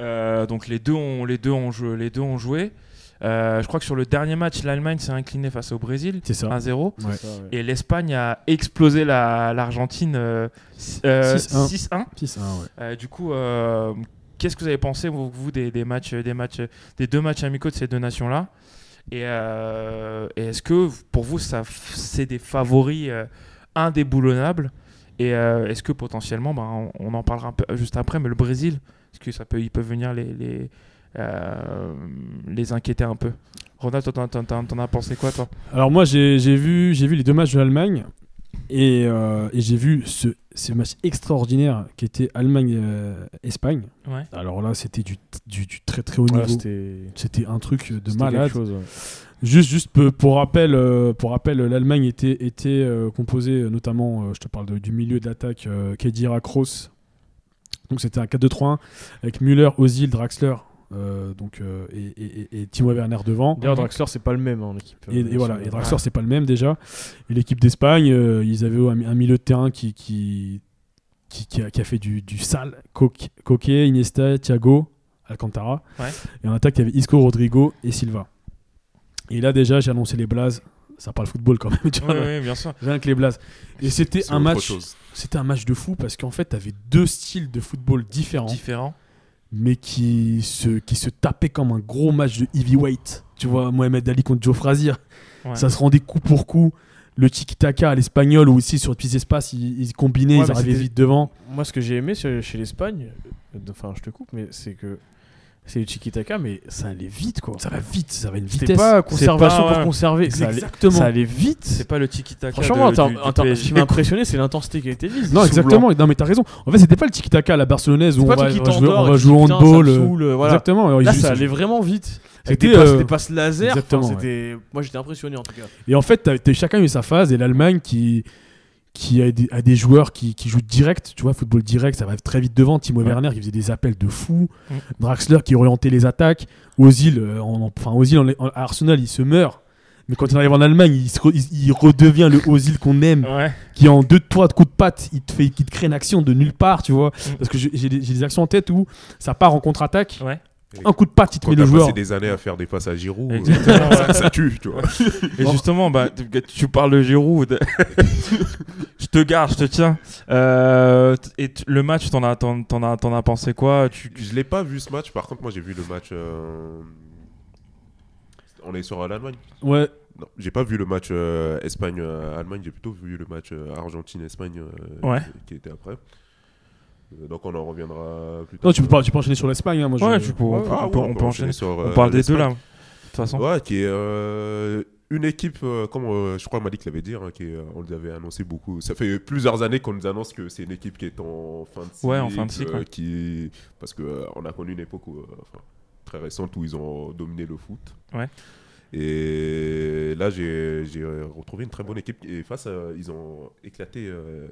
euh, donc les deux ont, les deux ont joué, les deux ont joué. Euh, je crois que sur le dernier match, l'Allemagne s'est inclinée face au Brésil, C'est ça. 1-0. Ouais. Ça, ouais. Et l'Espagne a explosé la- l'Argentine euh, s- euh, 6-1. 6-1. Si, ça, ouais. Euh, du coup, euh, qu'est-ce que vous avez pensé, vous, vous, des, des matchs, des, matchs, des deux matchs amicaux de ces deux nations-là Et, euh, et est-ce que pour vous, ça, f- c'est des favoris euh, indéboulonnables Et euh, est-ce que potentiellement, bah, on, on en parlera un peu juste après, mais le Brésil, est-ce que ça peut, ils peuvent venir les, les, euh, les inquiéter un peu Ronald, toi, t'en, t'en- t'en- t'en as pensé quoi, toi Alors moi j'ai j'ai vu j'ai vu les deux matchs de l'Allemagne et, euh, et j'ai vu ce, ce match extraordinaire qui était Allemagne euh, Espagne. Ouais. Alors là c'était du, du, du très très haut Voilà, niveau. c'était. C'était un truc de c'était malade. quelque chose, ouais. Juste juste pour, pour rappel euh, pour rappel l'Allemagne était était euh, composée euh, notamment euh, je te parle de- du milieu d'attaque euh, Khedira Kroos. Donc c'était un 4-2-3-1 avec Müller, Ozil, Draxler euh, donc euh, et, et- et- et Timo Werner devant. D'ailleurs, Draxler, c'est pas le même en équipe. Et, euh, et voilà, nationale. et Draxler, c'est pas le même déjà. Et l'équipe d'Espagne, euh, ils avaient un, un milieu de terrain qui, qui, qui, qui a, qui a fait du, du sale. Coque- Coquet, Iniesta, Thiago, Alcantara. Ouais. Et en attaque, il y avait Isco, Rodrigo et Silva. Et là, déjà, j'ai annoncé les Blazes. Ça parle football quand même, tu vois. bien sûr. Rien que les Blazes. Et c'était C'est un autre match, chose. c'était un match de fou parce qu'en fait, t'avais deux styles de football différents, Différent. mais qui se, qui se tapaient comme un gros match de heavyweight. Tu vois, Mohamed Ali contre Joe Frazier. Ouais. Ça se rendait coup pour coup. Le tiki-taka à l'espagnol ou aussi sur les petits espaces, ils, ils combinaient, Ouais, ils mais arrivaient c'était- vite devant. Moi, ce que j'ai aimé chez, chez l'Espagne, euh, enfin, je te coupe, mais c'est que c'est du tiki-taka, mais ça allait vite, quoi. Ça va vite, ça va à une C'était vitesse. pas conservation pas, ouais. pour conserver. Ça allait, Exactement. ça allait vite. C'est pas le tiki-taka. Franchement, de- attends, du- du attends, ce PSG, qui m'a impressionné, c'est l'intensité qui a été mise. Non, Sous blanc. exactement. Non, mais t'as raison. En fait, c'était pas le tiki-taka à la barcelonaise où C'est on pas va, toi qui on va jouer, t'endors on et va tu jouer dis, au putain, handball. ça me euh, saoule, voilà. Exactement. Alors, ils Là, jouent- ça allait vraiment vite. C'était, C'était des, passes- euh, des passes laser. enfin, exactement, ouais. c'était- Moi, j'étais impressionné en tout cas. Et en fait, t'as- t'as- chacun a eu sa phase et l'Allemagne qui, qui a, des, a des joueurs qui, qui jouent direct, tu vois, football direct, ça va très vite devant. Timo Ouais. Werner qui faisait des appels de fou, Mm. Draxler qui orientait les attaques, Ozil, euh, en- en- enfin Ozil en- en- à Arsenal, il se meurt. Mais quand il arrive en Allemagne, il, se re- il- il redevient le Ozil qu'on aime, Ouais. qui en deux trois coups de patte, il te fait, il te crée une action de nulle part, tu vois. Mm. Parce que j'ai j'ai des, j'ai des actions en tête où ça part en contre-attaque, Ouais. un coup de patte, il te Quand met le t'as joueur. passé des années à faire des passes à Giroud, euh, Exactement. ouais. ça, ça tue, tu vois. Et justement, bah, tu- tu parles de Giroud. je te garde, je te tiens. Euh, t- et t- le match, t'en as, t'en, t'en as, t'en as pensé quoi tu... Je l'ai pas vu ce match. Par contre, moi, j'ai vu le match. euh, On est sur l'Allemagne. Ouais, Non, j'ai pas vu le match euh, Espagne-Allemagne, j'ai plutôt vu le match euh, Argentine-Espagne euh, Ouais. qui- qui était après. Euh, donc on en reviendra plus tard. non, tu peux pas, tu peux enchaîner sur l'Espagne. hein, moi, Ouais, je- tu peux- on Ah, peut- ouais, on peut- on peut enchaîner. sur, On euh, parle des deux là. l'Espagne. De toute façon. Ouais, qui est euh, une équipe, euh, comme euh, je crois Malik l'avait dit, hein, qui est, euh, on les avait annoncé beaucoup. Ça fait plusieurs années qu'on nous annonce que c'est une équipe qui est en fin de cycle. Ouais, en fin de cycle, euh, ouais. qui... Parce qu'on a connu une époque où, euh, enfin, très récente où ils ont dominé le foot. Ouais. Et là, j'ai j'ai, euh, retrouvé une très bonne équipe. Et face, à- ils ont éclaté euh,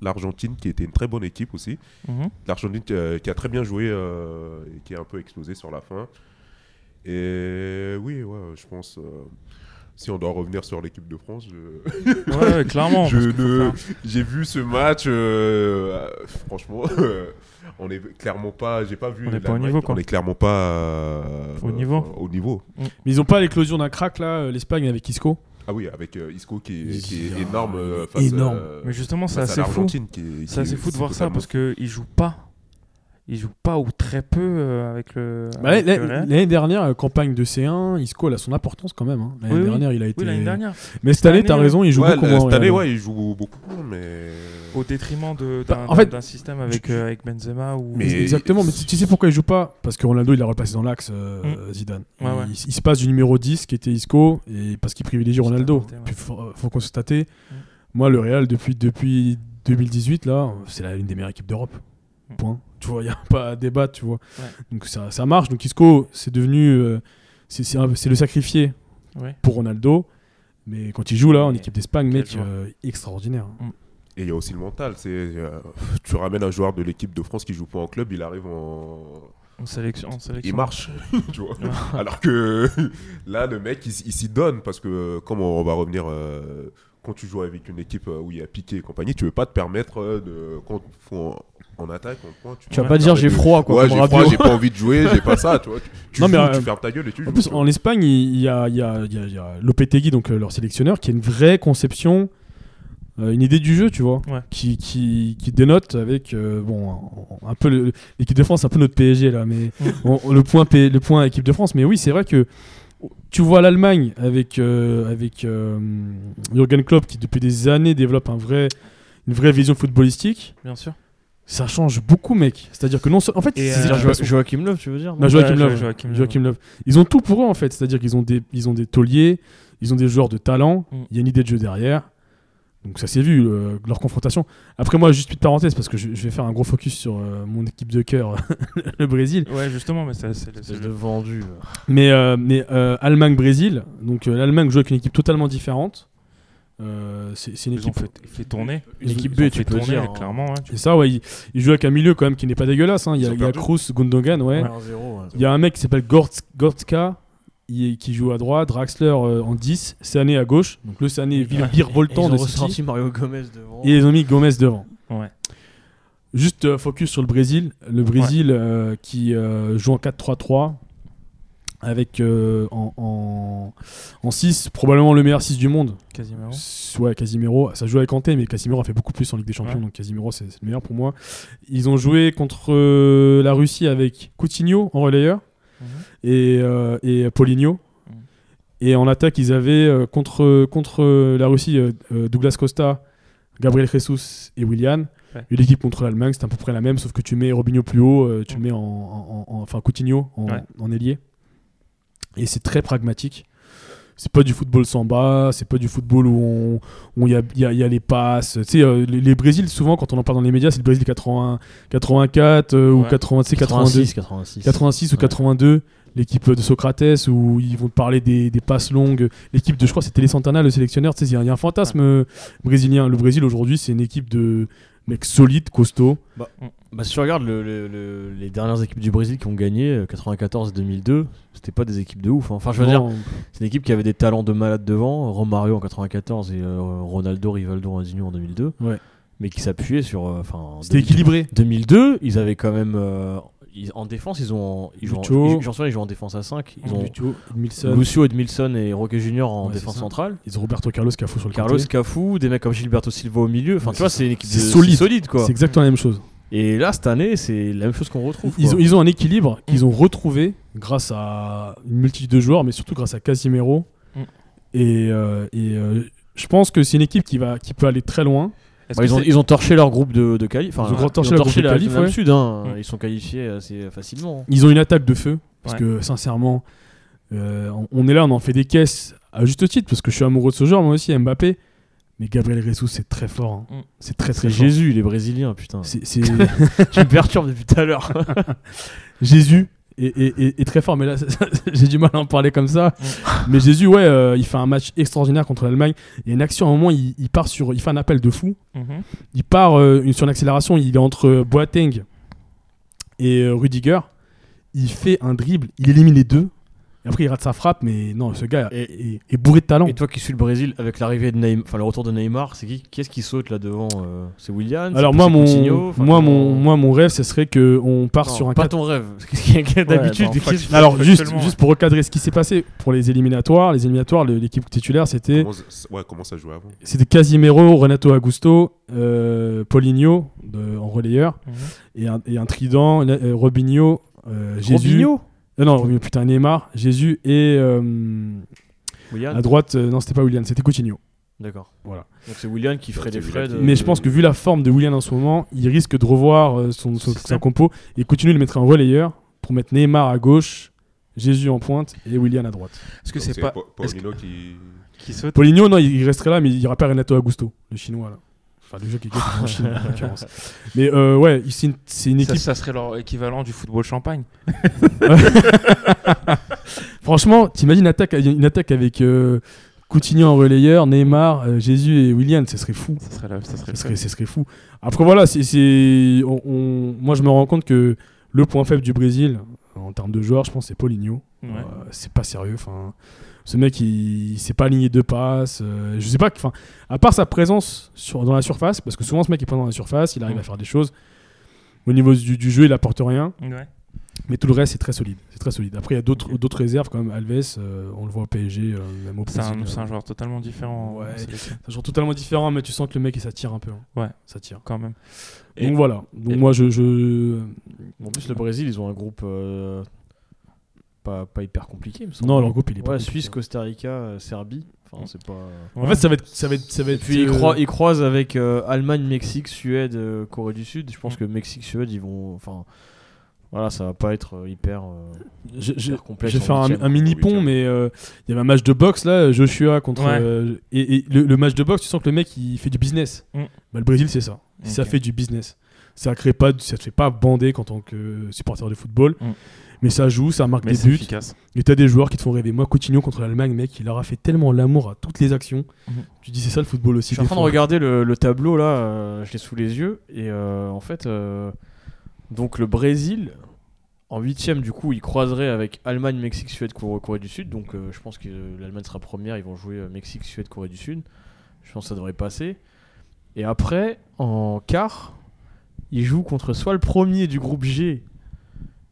l'Argentine, qui était une très bonne équipe aussi Mhm. l'Argentine qui, a- qui a très bien joué euh, et qui a un peu explosé sur la fin. Et oui, ouais, je pense. euh, si on doit revenir sur l'équipe de France, je- Ouais, ouais, clairement. je parce que ne- faut faire- j'ai vu ce match. euh, euh, franchement, euh, on n'est clairement pas. J'ai pas vu. On n'est pas la- au niveau, quoi. On n'est clairement pas euh, Au niveau. enfin, au niveau. Mais ils ont pas l'éclosion d'un crack là, euh, l'Espagne avec Isco. Ah oui, avec euh, Isco qui, Il- est- qui ah, est énorme. euh, il est face, énorme. euh, Mais justement, Bah, c'est face à assez fou. l'Argentine qui- C'est qui- assez fou de voir ça totalement- parce qu'ils jouent pas. Ils jouent pas ou très peu euh, avec le. Bah, avec l'a- le l'a- Real. L'année dernière, euh, campagne de C1, Isco elle a son importance quand même. hein. L'année Oui, oui. dernière, il a été. Oui, l'année dernière. Mais cette année, Cette t'as année, raison, il joue Ouais, beaucoup la- moins. cette année, Real. ouais, il joue beaucoup, mais euh, au détriment de- Bah, d'un en fait, d'un système avec, euh, avec Benzema ou Mais- Et- Exactement, mais tu, tu sais pourquoi il joue pas Parce que Ronaldo, il a replacé dans l'axe euh, Zidane. Mm. Ouais, ouais. Il, il se passe du numéro 10 qui était Isco et parce qu'il privilégie Zidane, Ronaldo. ouais. Puis faut, euh, faut constater, Mm. moi le Real depuis depuis 2018 là, c'est la- l'une des meilleures équipes d'Europe. Mm. Point. Tu vois, il y a pas à débattre, tu vois. Ouais. Donc ça, ça marche. Donc Isco, c'est devenu euh, c'est c'est un- c'est le sacrifié Ouais. pour Ronaldo. Mais quand il joue là en Mais équipe d'Espagne, quel mec, joueur. euh, extraordinaire. Et il y a aussi le mental. C'est, euh, tu ramènes un joueur de l'équipe de France qui joue pas en club, il arrive en. en sélection, en sélection. Il marche, tu vois. Alors que là, le mec, il, s- il s'y donne parce que, comme on va revenir, euh, quand tu joues avec une équipe euh, où il y a piqué et compagnie, tu veux pas te permettre euh, de. Quand faut en, en attaque, en point, tu, Tu vas Ouais, pas dire permets j'ai de- froid, quoi. Ouais, comme j'ai Rabiot. froid, j'ai pas envie de jouer, j'ai pas ça, tu vois. Tu, tu Non, mais, joues, euh, tu fermes ta gueule et tu En joues, plus, tu vois. en Espagne, il y a, il y a- il y a- il y a Lopetegui, donc euh, leur sélectionneur, qui a une vraie conception, euh, une idée du jeu, tu vois, Ouais. qui, qui, qui dénote avec euh, bon un- un peu le- l'équipe de France, un peu notre PSG là, mais Ouais. on- on- le point P- le point équipe de France. Mais oui, c'est vrai que tu vois l'Allemagne avec euh, avec euh, Jürgen Klopp qui depuis des années développe un vrai une vraie vision footballistique. bien sûr. Ça change beaucoup, mec. C'est-à-dire que non, seul- en fait, Et, ces euh, équipes- C'est-à-dire Jo- Joachim Löw, tu veux dire non non, Ouais, Joachim Löw. Joachim Löw. Joachim Löw. Ils ont tout pour eux en fait, c'est-à-dire qu'ils ont des ils ont des tauliers, ils ont des joueurs de talent, il Mm. y a une idée de jeu derrière. Donc ça s'est vu euh, leur confrontation. Après moi juste petite parenthèse parce que je, je vais faire un gros focus sur euh, mon équipe de cœur le Brésil. Ouais, justement, mais ça, c'est le- c'est Espèce le- de vendu. Mais euh, mais euh, Allemagne Brésil, donc euh, l'Allemagne joue avec une équipe totalement différente. Euh, c'est c'est une Ils ont équipe fait, fait tourner. Ils Une ont- équipe Ils ont B, tu fait peux tourner, dire. hein. clairement. ouais, tu- Et ça ouais, ils, ils jouent avec un milieu quand même qui n'est pas dégueulasse hein. il y a, Ils ont il y a perdu. Kroos, Gundogan, ouais. 1-0, ouais. Il y a un mec qui s'appelle Gorts- Gortzka il est- qui joue à droite, Draxler euh, en 10, Sané à gauche, donc le Sané vil- Ouais. virevoltant Ils de ont City, ressenti Mario Gomez devant. et ils ont mis Gomez devant. Ouais. Juste euh, focus sur le Brésil, le Brésil euh, qui euh, joue en 4-3-3 avec euh, en, en, 6 probablement le meilleur 6 du monde. Quasiment. S- Ouais, Casimiro, ça joue avec Kanté, mais Casimiro a fait beaucoup plus en Ligue des Champions, Ouais. donc Casimiro c'est c'est le meilleur pour moi. Ils ont joué contre euh, la Russie avec Coutinho en relayeur et, euh, et Paulinho. Mm. Et en attaque, ils avaient euh, contre, contre euh, la Russie euh, euh, Douglas Costa, Gabriel Jesus et Willian. Ouais. Et l'équipe contre l'Allemagne, c'est à peu près la même, sauf que tu mets Robinho plus haut, euh, tu le mets en, en- en- enfin Coutinho en, Ouais. en ailier. Et c'est très pragmatique. C'est pas du football samba, c'est pas du football où on- où il y a, il y a- il y a les passes. Tu sais, euh, les, les Brésils, souvent, quand on en parle dans les médias, c'est le Brésil 80, 84 euh, ou Ouais. 80, tu sais, 82. 86, 86. 86 ou Ouais. 82, l'équipe de Socrates où ils vont te parler des, des passes longues. L'équipe de, je crois, c'est Télé Santana, le sélectionneur. Tu sais, il y a- il y, a un fantasme euh, brésilien. Le Brésil aujourd'hui, c'est une équipe de mecs solides, costauds. Bah, si tu regardes le- le- le- les dernières équipes du Brésil qui ont gagné, euh, 94 et 2002, c'était pas des équipes de ouf. hein. Enfin, je veux dire, Non, c'est une équipe qui avait des talents de malade devant, Romario en 94 et euh, Ronaldo, Rivaldo, Ronaldinho en 2002, Ouais. mais qui s'appuyait sur. euh, Enfin, c'était équilibré. 2002, ils avaient quand même. euh, ils- en défense, ils ont. Ils jouent en, Lucho. ils- j'en souviens, ils jouent en défense à 5. Ils ont Lucio, Edmilson, Lucio Edmilson et Roque Junior en Ouais, défense c'est ça. centrale. ils ont Roberto Carlos qui a fou sur le Carlos côté. Cafu, des mecs comme Gilberto Silva au milieu. Enfin, Ouais, tu vois, c'est c'est une équipe de, C'est solide. c'est solide quoi. C'est exactement la même chose. Et là, cette année, c'est la même chose qu'on retrouve. Ils quoi. ont, ils ont un équilibre qu'ils ont retrouvé grâce à une multitude de joueurs, mais surtout grâce à Casimiro. Mm. Et, euh, et, euh, je pense que c'est une équipe qui, va, qui peut aller très loin. Est-ce Bah, que ils, ont, c'est- ils ont torché leur groupe de, de qualif. Enfin, Ils ont torché leur groupe de qualif, Vietnam ouais. Sud. hein. Mm. Ils sont qualifiés assez facilement. hein. Ils ont une attaque de feu. Parce Ouais. que sincèrement, euh, on, on est là, on en fait des caisses à juste titre. Parce que je suis amoureux de ce genre, moi aussi, Mbappé. Mais Gabriel Jesus, c'est très fort. hein. Mm. C'est très très C'est fort. Jésus, les Brésiliens, putain. C'est- c'est- tu me perturbes depuis tout à l'heure. Jésus est, est- est- est très fort. Mais là, j'ai du mal à en parler comme ça. Mm. Mais Jésus, ouais, euh, il fait un match extraordinaire contre l'Allemagne. Il y a une action, à un moment, il, il part sur, il fait un appel de fou. Mhm. Il part euh, une- sur une accélération, il est entre euh, Boateng et euh, Rudiger. Il fait un dribble, il élimine les deux. Et après, il rate sa frappe, mais non, ce gars Et- est, est bourré de talent. Et toi qui suis le Brésil avec l'arrivée de Neymar, enfin le retour de Neymar, c'est qui Qu'est-ce qui saute là devant euh, C'est William Alors moi, mon, moi, mon, moi, mon rêve, ce serait que on part sur un pas quatre- ton rêve. Qu'est-ce qu'il y a d'habitude bah, en fait, qu'est-ce- tu- Alors juste, Actuellement, juste pour recadrer ce qui s'est passé pour les éliminatoires, les éliminatoires, le- l'équipe titulaire, c'était Comment, ça- ouais, comment ça jouait avant c'était Casimiro, Renato Augusto, euh, Paulinho de- en relayeur Mhm. et un, et un trident, euh, Robinho, euh, Jésus. Robinho Euh, non, Robinho, putain, Neymar, Jésus et euh, Willian à droite, euh, non, c'était pas Willian, c'était Coutinho. D'accord. Voilà. Donc c'est William qui ferait c'est des frais Willian de... Euh, qui- Mais je pense que vu la forme de Willian en ce moment, il risque de revoir euh, son, son- C'est sa ça. compo et continuer de le mettre en relayeur pour mettre Neymar à gauche, Jésus en pointe et Willian à droite. Est-ce que c'est pas Po- est-ce que- Paulino qui. qui saute Poligno, non, il il resterait là, mais il ira pas Renato Augusto, le chinois là. Enfin, le jeu qui est en Chine, en l'occurrence. Mais euh, ouais, il- c'est une, c'est une ça, équipe. ça serait leur équivalent du football champagne. Franchement, t'imagines une attaque, une attaque avec euh, Coutinho en relayeur, Neymar, euh, Jésus et Willian, ce serait fou. Ça serait, la- ça serait Ce le serait, ce serait fou. Après, voilà, c'est, c'est- on- on- moi je me rends compte que le point faible du Brésil, en termes de joueurs, je pense, c'est Paulinho. Ouais. Euh, c'est pas sérieux. Enfin, ce mec, il, il sait pas aligner deux passes. euh, je sais pas. que- Enfin, à part sa présence sur, dans la surface, parce que souvent ce mec est présent dans la surface, il arrive Mhm. à faire des choses. Au niveau du, du jeu, il apporte rien. Ouais. Mais tout le reste, c'est très solide. C'est très solide. Après, il y a d'autres, d'autres réserves comme Alves. euh, on le voit au PSG, euh, même au C'est un, Brésil, c'est euh, un joueur totalement différent. en Ouais. sélection, c'est un joueur totalement différent, mais tu sens que le mec, il s'attire un peu. hein. Ouais. Ça tire. quand même. Et- Donc voilà. Donc et- moi, je, je- En plus, le Brésil, ils ont un groupe euh, pas, pas hyper compliqué, il me semble. Non, leur groupe, il est pas Ouais, compliqué. hein. Suisse, Costa Rica, euh, Serbie. Enfin, Mm. c'est pas... euh, En fait, ça va être. Ça va être, ça va Et être, puis ils, euh, croi- ils croisent avec euh, Allemagne, Mexique, Suède, euh, Corée du Sud. Je pense Mm. que Mexique, Suède, ils vont. Enfin, voilà, ça va pas être euh, hyper. euh, je- je- hyper complexe Je vais en faire un, huitième. un mini pont, Weekend. mais euh, il y avait un match de boxe là, Joshua contre. Ouais. euh, et et le, le match de boxe, tu sens que le mec il fait du business. Mm. Bah, le Brésil, c'est ça. Ça Ok. fait du business. Ça crée pas, ça te fait pas bander en tant que supporter de football, Mm. mais ça joue, ça marque Mais des c'est buts. efficace. Et t'as des joueurs qui te font rêver. Moi, Coutinho contre l'Allemagne, mec, il leur a fait tellement l'amour à toutes les actions. Mhm. Tu dis c'est ça le football Mm-hmm. Je aussi. suis en des train de fois. regarder le, le tableau là, euh, je l'ai sous les yeux. Et euh, en fait, euh, donc le Brésil, en huitième du coup, il croiserait avec Allemagne, Mexique, Suède, Cor- Corée du Sud. Donc euh, je pense que euh, l'Allemagne sera première, ils vont jouer euh, Mexique, Suède, Corée du Sud. Je pense que ça devrait passer. Et après, en quart, ils jouent contre soit le premier du groupe G,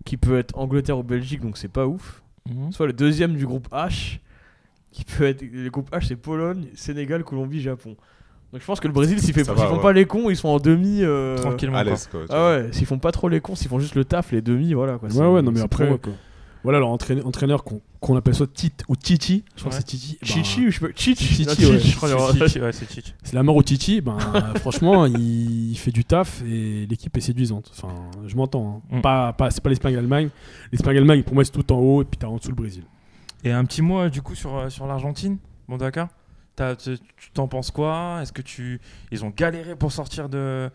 qui peut être Angleterre ou Belgique, donc c'est pas ouf. Mhm. Soit le deuxième du groupe H, qui peut être. Le groupe H, c'est Pologne, Sénégal, Colombie, Japon. Donc je pense que le Brésil, s'ils fait- Ça s'ils va, font ouais. pas les cons, ils sont en demi. euh, Tranquillement. À quoi. l'aise, quoi. tu Ah vois. ouais, s'ils font pas trop les cons, s'ils font juste le taf, les demi, voilà quoi. Ouais, c'est- ouais, non, mais c'est après, bah, pour eux, quoi. Voilà leur entraîne- entraîneur qu'on qu'on appelle soit Tite ou Titi. Je crois Ouais. que c'est Titi. Ben, Chichi ou je peux. Chichi, Chichi, non, Chichi, ouais. je crois qu'il y aura- C'est Tite, ouais, c'est Tite. C'est la mort au Titi, ben franchement, il, il fait du taf et l'équipe est séduisante. Enfin, je m'entends. hein. Mm. Pas, pas, c'est pas l'Espagne-Allemagne. L'Espagne-Allemagne, pour moi, c'est tout en haut et puis t'as en dessous le Brésil. Et un petit mot euh, du coup sur, euh, sur l'Argentine, bon d'accord Tu tu t'en penses quoi Est-ce que tu ils ont galéré pour sortir de,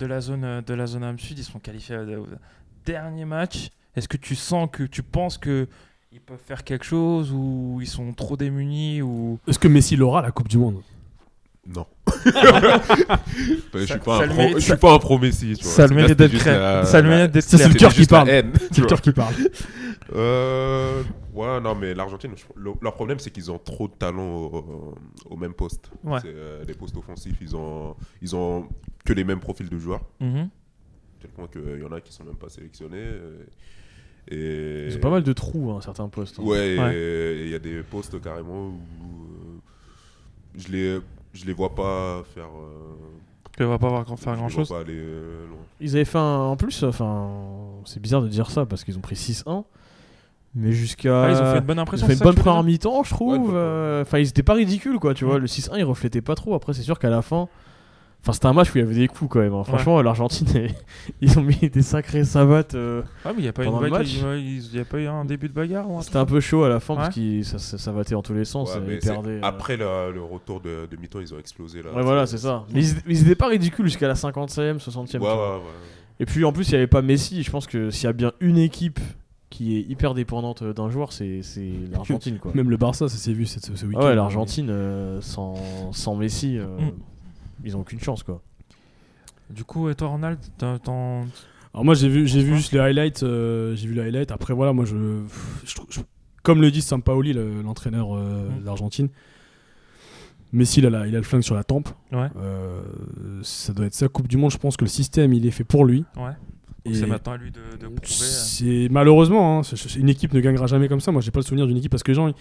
de la zone euh, de la zone Am sud Ils sont qualifiés euh, au au dernier match. Est-ce que tu sens que tu penses que ils peuvent faire quelque chose ou ils sont trop démunis ou Est-ce que Messi l'aura la Coupe du Monde Non. Bah, Ça- Je suis pas ça un le pro- mérite- je ça- suis pas un pro Messi. tu vois. Ça le Là, mérite c'était d'être juste clair. la- Ça le la- mérite d'être Ça, c'est clair. le c'était cœur qui juste la parle. haine, tu C'est le vois. cœur qui parle. Euh, ouais, non, mais l'Argentine, je- le- leur problème, c'est qu'ils ont trop de talent au, au même poste. Ouais. C'est, euh, les postes offensifs, ils ont, ils ont que les mêmes profils de joueurs. Mhm. À tel point qu'il y en a qui sont même pas sélectionnés. euh, Et... Ils ont pas mal de trous, hein, certains postes. hein. Ouais, Ouais. et il y a des postes carrément où euh, je les, je les vois pas faire. euh, Tu vas pas avoir grand- faire je les grand vois chose. pas aller euh, loin. Ils avaient fait un. En plus, enfin, c'est bizarre de dire ça parce qu'ils ont pris 6-1. Mais jusqu'à. Ah, Ah, ils ont fait une bonne Ils impression. ont fait c'est une ça bonne que tu veux première mi-temps, je Ouais, une trouve. bonne Mm. euh, Enfin, ils étaient pas ridicules, quoi, tu vois. Le 6-1, ils reflétaient pas trop. Après, c'est sûr qu'à la fin. Enfin, c'était un match où il y avait des coups quand même. hein. Franchement, l'Argentine, ils ont mis des sacrées savates. euh, dire Ah mais il y a pas Pendant une le bagarre, match. il y a- il y a pas eu un début de bagarre ou un C'était un peu chaud à la fin Ah, Ouais. parce qu'ils ça, ça savatait en tous les sens. Ouais, et mais ils c'est- perdaient, euh. Après euh, la- le retour de, de mi-temps, ils ont explosé là. Ouais, voilà, c'est ça. Mais ils, ils étaient pas ridicules jusqu'à la 50e, 60e. tu Ouais, vois. ouais, ouais. Et puis en plus, il n'y avait pas Messi. Je pense que s'il y a bien une équipe qui est hyper dépendante euh, d'un joueur, c'est c'est l'Argentine. quoi. Même le Barça, ça s'est vu cette- ce, ce week-end. Ah ouais, l'Argentine, euh, sans, sans Messi, euh, Mm. ils ont aucune chance. quoi. Du coup, et toi Ronald, t'en- t'en- Alors moi, j'ai vu, j'ai vu juste les highlights. euh, j'ai vu les highlights. Après, voilà, moi, je, je trou- je- comme le dit Sampaoli, le- l'entraîneur euh, Mm. de l'Argentine, Messi, il a, la- il a le flingue sur la tempe. ouais, Euh, ça doit être sa Coupe du Monde. Je pense que le système, il est fait pour lui. ouais. Et Donc C'est maintenant à lui de, de prouver. euh. c'est malheureusement, hein, c'est- c'est- une équipe ne gagnera jamais comme ça. Moi, j'ai pas le souvenir d'une équipe parce que les gens, ils-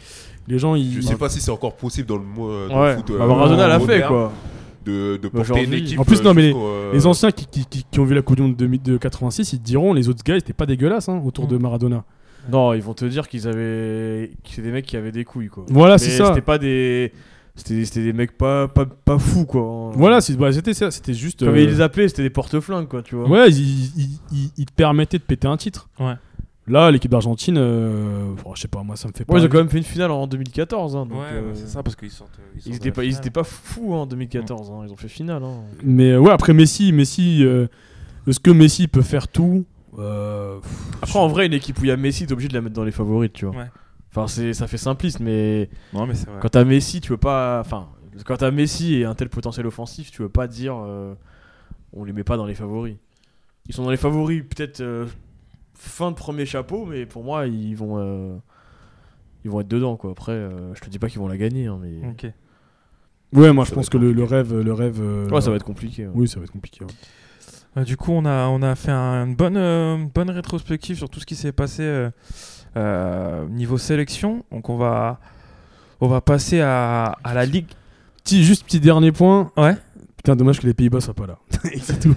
les gens, ils. Je sais pas si c'est encore possible dans le, mo- euh, dans le Ouais, foot. bah, euh, Maradona l'a moderne fait quoi. De, de porter une Aujourd'hui- équipe. En plus, euh, non, mais jusqu'au, euh, Les anciens qui, qui- qui- qui ont vu la Coupe du Monde de, mi- de 86, ils te diront les autres gars, ils étaient pas dégueulasses hein, autour Mm. de Maradona. Non, ils vont te dire qu'ils avaient. que c'est des mecs qui avaient des couilles quoi. Voilà, Mais c'est ça. C'était pas des. C'était c'était des mecs pas, pas, pas fous, quoi. hein. Voilà, c'est- bah, c'était ça, c'était juste. Comme ils euh, les appelaient, c'était des porte-flingues, quoi, tu vois. Ouais, ils, ils- ils- ils te permettaient de péter un titre. Ouais. Là, l'équipe d'Argentine, euh, bon, je sais pas, moi ça me fait pas. Ouais, ils ont quand même fait une finale en 2014. hein, donc, ouais, euh, c'est ça, parce qu'ils sortent. Ils étaient, pas, ils étaient pas fous hein, en 2014, hein, ils ont fait finale. hein. Mais euh, ouais, après Messi, Messi, euh, est-ce que Messi peut faire tout Euh, pff, Après, en vrai, une équipe où il y a Messi, t'es obligé de la mettre dans les favoris, tu vois. Ouais. Enfin, c'est, ça fait simpliste, mais Non, mais c'est vrai. quand t'as Messi, tu peux pas. Enfin, quand t'as Messi et un tel potentiel offensif, tu peux pas dire euh, on les met pas dans les favoris. Ils sont dans les favoris, peut-être euh, fin de premier chapeau, mais pour moi, ils vont. euh, ils vont être dedans quoi. Après, euh, je te dis pas qu'ils vont la gagner, hein, mais Ok. Ouais, moi je pense Ça va être que le, le rêve, le rêve. euh, ouais, ça va être compliqué. ouais. Oui, ça va être compliqué. ouais. Euh, du coup, on a, on a fait un- une bonne, euh, une bonne rétrospective sur tout ce qui s'est passé euh, euh, niveau sélection. Donc, on va, on va passer à, à la Ligue. Petit, juste petit dernier point. Ouais. Putain, dommage que les Pays-Bas soient pas là. Et c'est tout.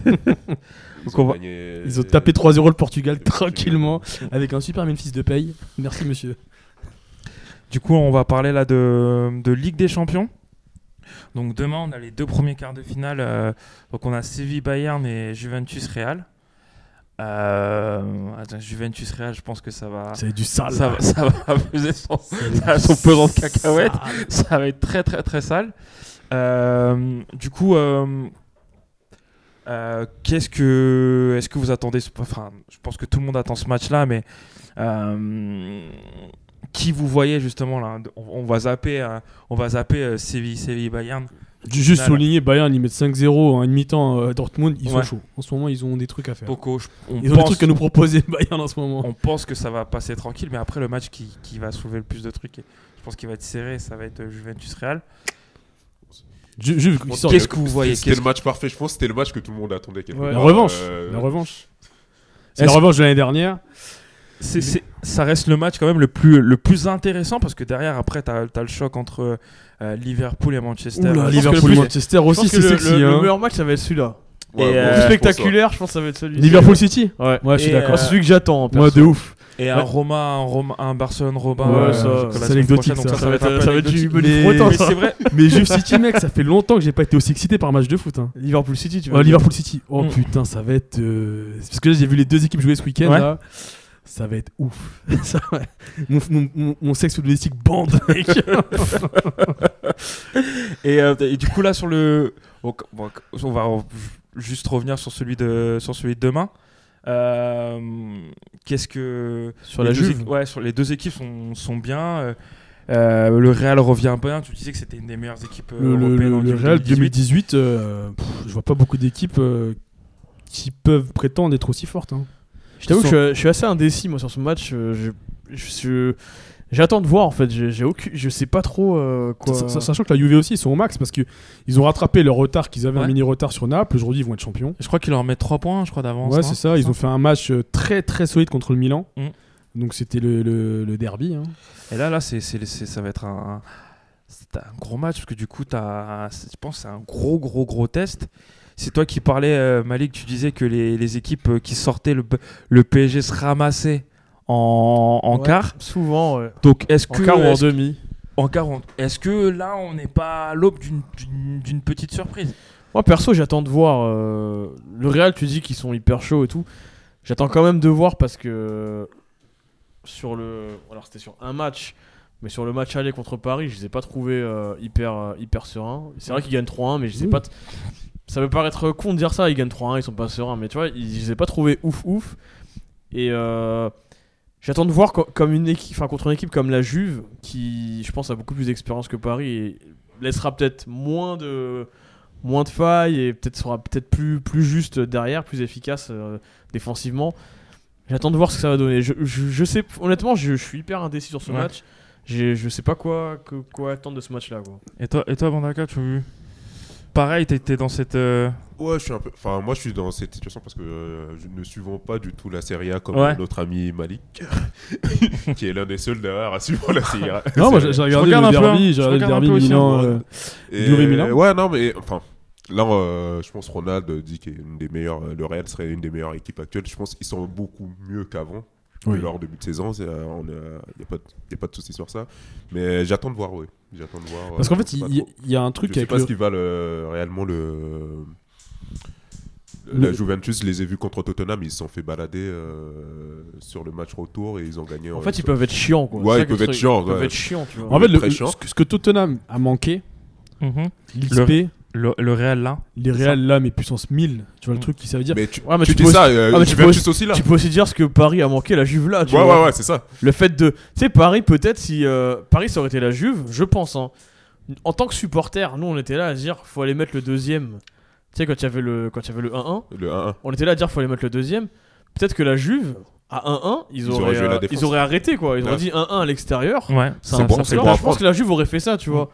Donc on va- gagné- Ils ont tapé 3-0 le Portugal Le Portugal. tranquillement avec un super Memphis de paye. Merci monsieur. Du coup, on va parler là de, de Ligue des Champions. Donc, demain, on a les deux premiers quarts de finale. euh, donc, on a Séville-Bayern et Juventus-Real. Euh, attends, Juventus-Real, je pense que ça va. C'est du sale. Ça va, ça va peser son, ça a son pesant de cacahuètes. Ça va être très très très sale. Euh, du coup, euh, euh, qu'est-ce que est-ce que vous attendez ce- Enfin, je pense que tout le monde attend ce match-là, mais euh, qui vous voyez justement là On, on va zapper, euh, on va zapper euh, Séville, Séville, Bayern. Juste Voilà. souligner, Bayern ils mettent 5-0 en une mi-temps euh, Dortmund, ils Ouais. sont chauds. En ce moment, ils ont des trucs à faire. Poco, oh, je- on, Ils ont des pense, trucs à nous proposer Bayern en ce moment. on pense que ça va passer tranquille, mais après le match qui, qui va soulever le plus de trucs, et je pense qu'il va être serré. Ça va être euh, Juventus Real. Ju- ju- ils sortent- Qu'est-ce que vous voyez C'était Qu'est-ce le match parfait, je pense. C'était le match que tout le monde attendait. quelque Ouais. La part. revanche. Euh, La revanche. C'est la Est-ce- revanche de l'année dernière. C'est- c'est- ça reste le match quand même le plus, le plus intéressant parce que derrière, après, tu as, le choc entre euh, Liverpool et Manchester. Oula, Je pense que Liverpool le plus- Manchester Je pense aussi que c'est le, sexy. le- le hein. meilleur match, ça va être celui-là. ouais, Et, bon, euh, je pense, ouais. spectaculaire, je pense que ça va être celui-là. Liverpool City. Ouais. Ouais, je suis Et, d'accord. euh, C'est celui que j'attends. en Moi perso. de ouf. Et un Ouais. Roma, un, Roma- un Barcelone, Robin. Ouais, euh, ça, jusqu'à la c'est semaine anecdotique, prochaine, donc ça. ça, ça va être un peu ça va être du anecdotique. bon Mais- frottant, Mais ça. c'est vrai, Mais Juve City mec, ça fait longtemps que j'ai pas été aussi excité par un match de foot. hein. Liverpool City, tu Oh, vois. Liverpool City. Oh Mm. putain, ça va être. euh, Parce que là, j'ai vu les deux équipes jouer ce week-end. Ouais. Là. Ça va être ouf. Ça va- mon, mon, mon, mon sexe domestique bande, mec. et, euh, et du coup, là, sur le. bon, bon, on va re- juste revenir sur celui de, sur celui de demain. Euh, Qu'est-ce que. Sur les la deux Juve. équ- Ouais, sur les deux équipes sont, sont bien. euh, euh, le Real revient bien. Tu disais que c'était une des meilleures équipes Le, le- européennes le- en le 2018. Real 2018, euh, pff, je vois pas beaucoup d'équipes euh, qui peuvent prétendre être aussi fortes. hein. Je t'avoue que je, suis- je suis assez indécis moi sur ce match. euh, Je, je suis- j'attends de voir en fait. J'ai, j'ai aucune- je sais pas trop euh, quoi. Sa- sa- Sachant que la Juve aussi, ils sont au max parce que ils ont rattrapé leur retard qu'ils avaient un Ouais. mini retard sur Naples. Aujourd'hui, ils vont être champions. Je crois qu'il leur met 3 points, je crois, d'avance. hein. ouais, non c'est ça. Ils ont fait un match euh, très très solide contre le Milan. Mm. Donc c'était le, le- le derby. hein. Et là, là c'est, c'est- c'est- ça va être un, c'est un gros match parce que du coup, t'as, c'est- je pense que c'est un gros, gros, gros test. C'est toi qui parlais, euh, Malik, tu disais que les, les équipes euh, qui sortaient le, le PSG se ramassaient en, en Ouais, quart. Souvent. ouais. Donc, est-ce En que. quart ou en est-ce- demi. en quart ou en- Est-ce que là, on n'est pas à l'aube d'une, d'une- d'une petite surprise Moi perso, j'attends de voir. euh, le Real, tu dis qu'ils sont hyper chauds et tout. J'attends quand même de voir parce que sur le, alors c'était sur un match, mais sur le match aller contre Paris, je les ai pas trouvés euh, hyper euh, hyper sereins. C'est Mmh. vrai qu'ils gagnent 3-1, mais je sais Oui. pas. t- Ça peut paraître con de dire ça, ils gagnent 3-1, ils sont pas sereins, mais tu vois, ils, je les ai pas trouvés ouf ouf. Et euh, j'attends de voir co- comme une équipe, enfin contre une équipe comme la Juve, qui je pense a beaucoup plus d'expérience que Paris et laissera peut-être moins de moins de failles et peut-être sera peut-être plus plus juste derrière, plus efficace euh, défensivement. J'attends de voir ce que ça va donner. Je, je, je sais honnêtement, je, je suis hyper indécis sur ce Ouais. match. J'ai- Je sais pas quoi que- quoi attendre de ce match-là. quoi. Et toi, et toi Bandaka, tu. Pareil, t'étais dans cette. euh, Ouais, je suis un peu. Enfin, moi, je suis dans cette situation parce que euh, je ne suivons pas du tout la Serie A comme Ouais. notre ami Malik, qui est l'un des seuls derrière à suivre la Serie A. Non, moi C'est- j'ai j'ai regardé regarde le un peu, hein. derby, j'ai Je regardé le regarde un derby peu aussi, Milan. hein. euh, Et- Juve et Milan Ouais, non, mais enfin, là, euh, je pense Ronald dit qu'il est une des meilleures. euh, Le Real serait une des meilleures équipes actuelles. Je pense qu'ils sont beaucoup mieux qu'avant. que oui. euh, Leur début de saison, il n'y a, pas de- y a pas de souci sur ça. Mais j'attends de voir, oui. J'attends de voir. Parce euh, qu'en je fait, sais il pas y, trop. il y a un truc je sais avec pas le- ce qu'ils valent euh, réellement le. Le- La Juventus, je les ai vus contre Tottenham, ils se sont fait balader euh, sur le match retour et ils ont gagné. euh. En fait, ils peuvent être chiants, quoi. Ouais, C'est ça ils que le peuvent être truc- chiants, Ils peuvent ouais. être chiants, tu vois. En fait, le- Très le- chiant. ce que- ce que Tottenham a manqué, Mhm. l'XP, Le, le Real là. les Real là, mais puissance 1000, tu vois le Mm. truc qui ça veut dire. Mais tu, Ouais, mais tu tu dis peux ça, euh, Ah, mais tu peux Juventus aussi- aussi là. Tu peux aussi dire ce que Paris a manqué, la Juve là. Tu Ouais, vois. ouais, ouais, c'est ça. Le fait de. Tu sais, Paris, peut-être, si euh, Paris, ça aurait été la Juve, je pense. hein. En tant que supporter, nous, on était là à se dire faut aller mettre le deuxième. Tu sais, quand il y avait le quand il y avait le 1-1, Le 1-1. on était là à dire faut aller mettre le deuxième. Peut-être que la Juve, à 1-1, ils, Ils auraient auraient, joué la euh, défense. ils auraient arrêté, quoi. Ils auraient Ouais. dit 1-1 à l'extérieur. Ouais. Ça- C'est bon, ça c'est fait bon mal. à Bah, Je pense prendre. que la Juve aurait fait ça, tu vois.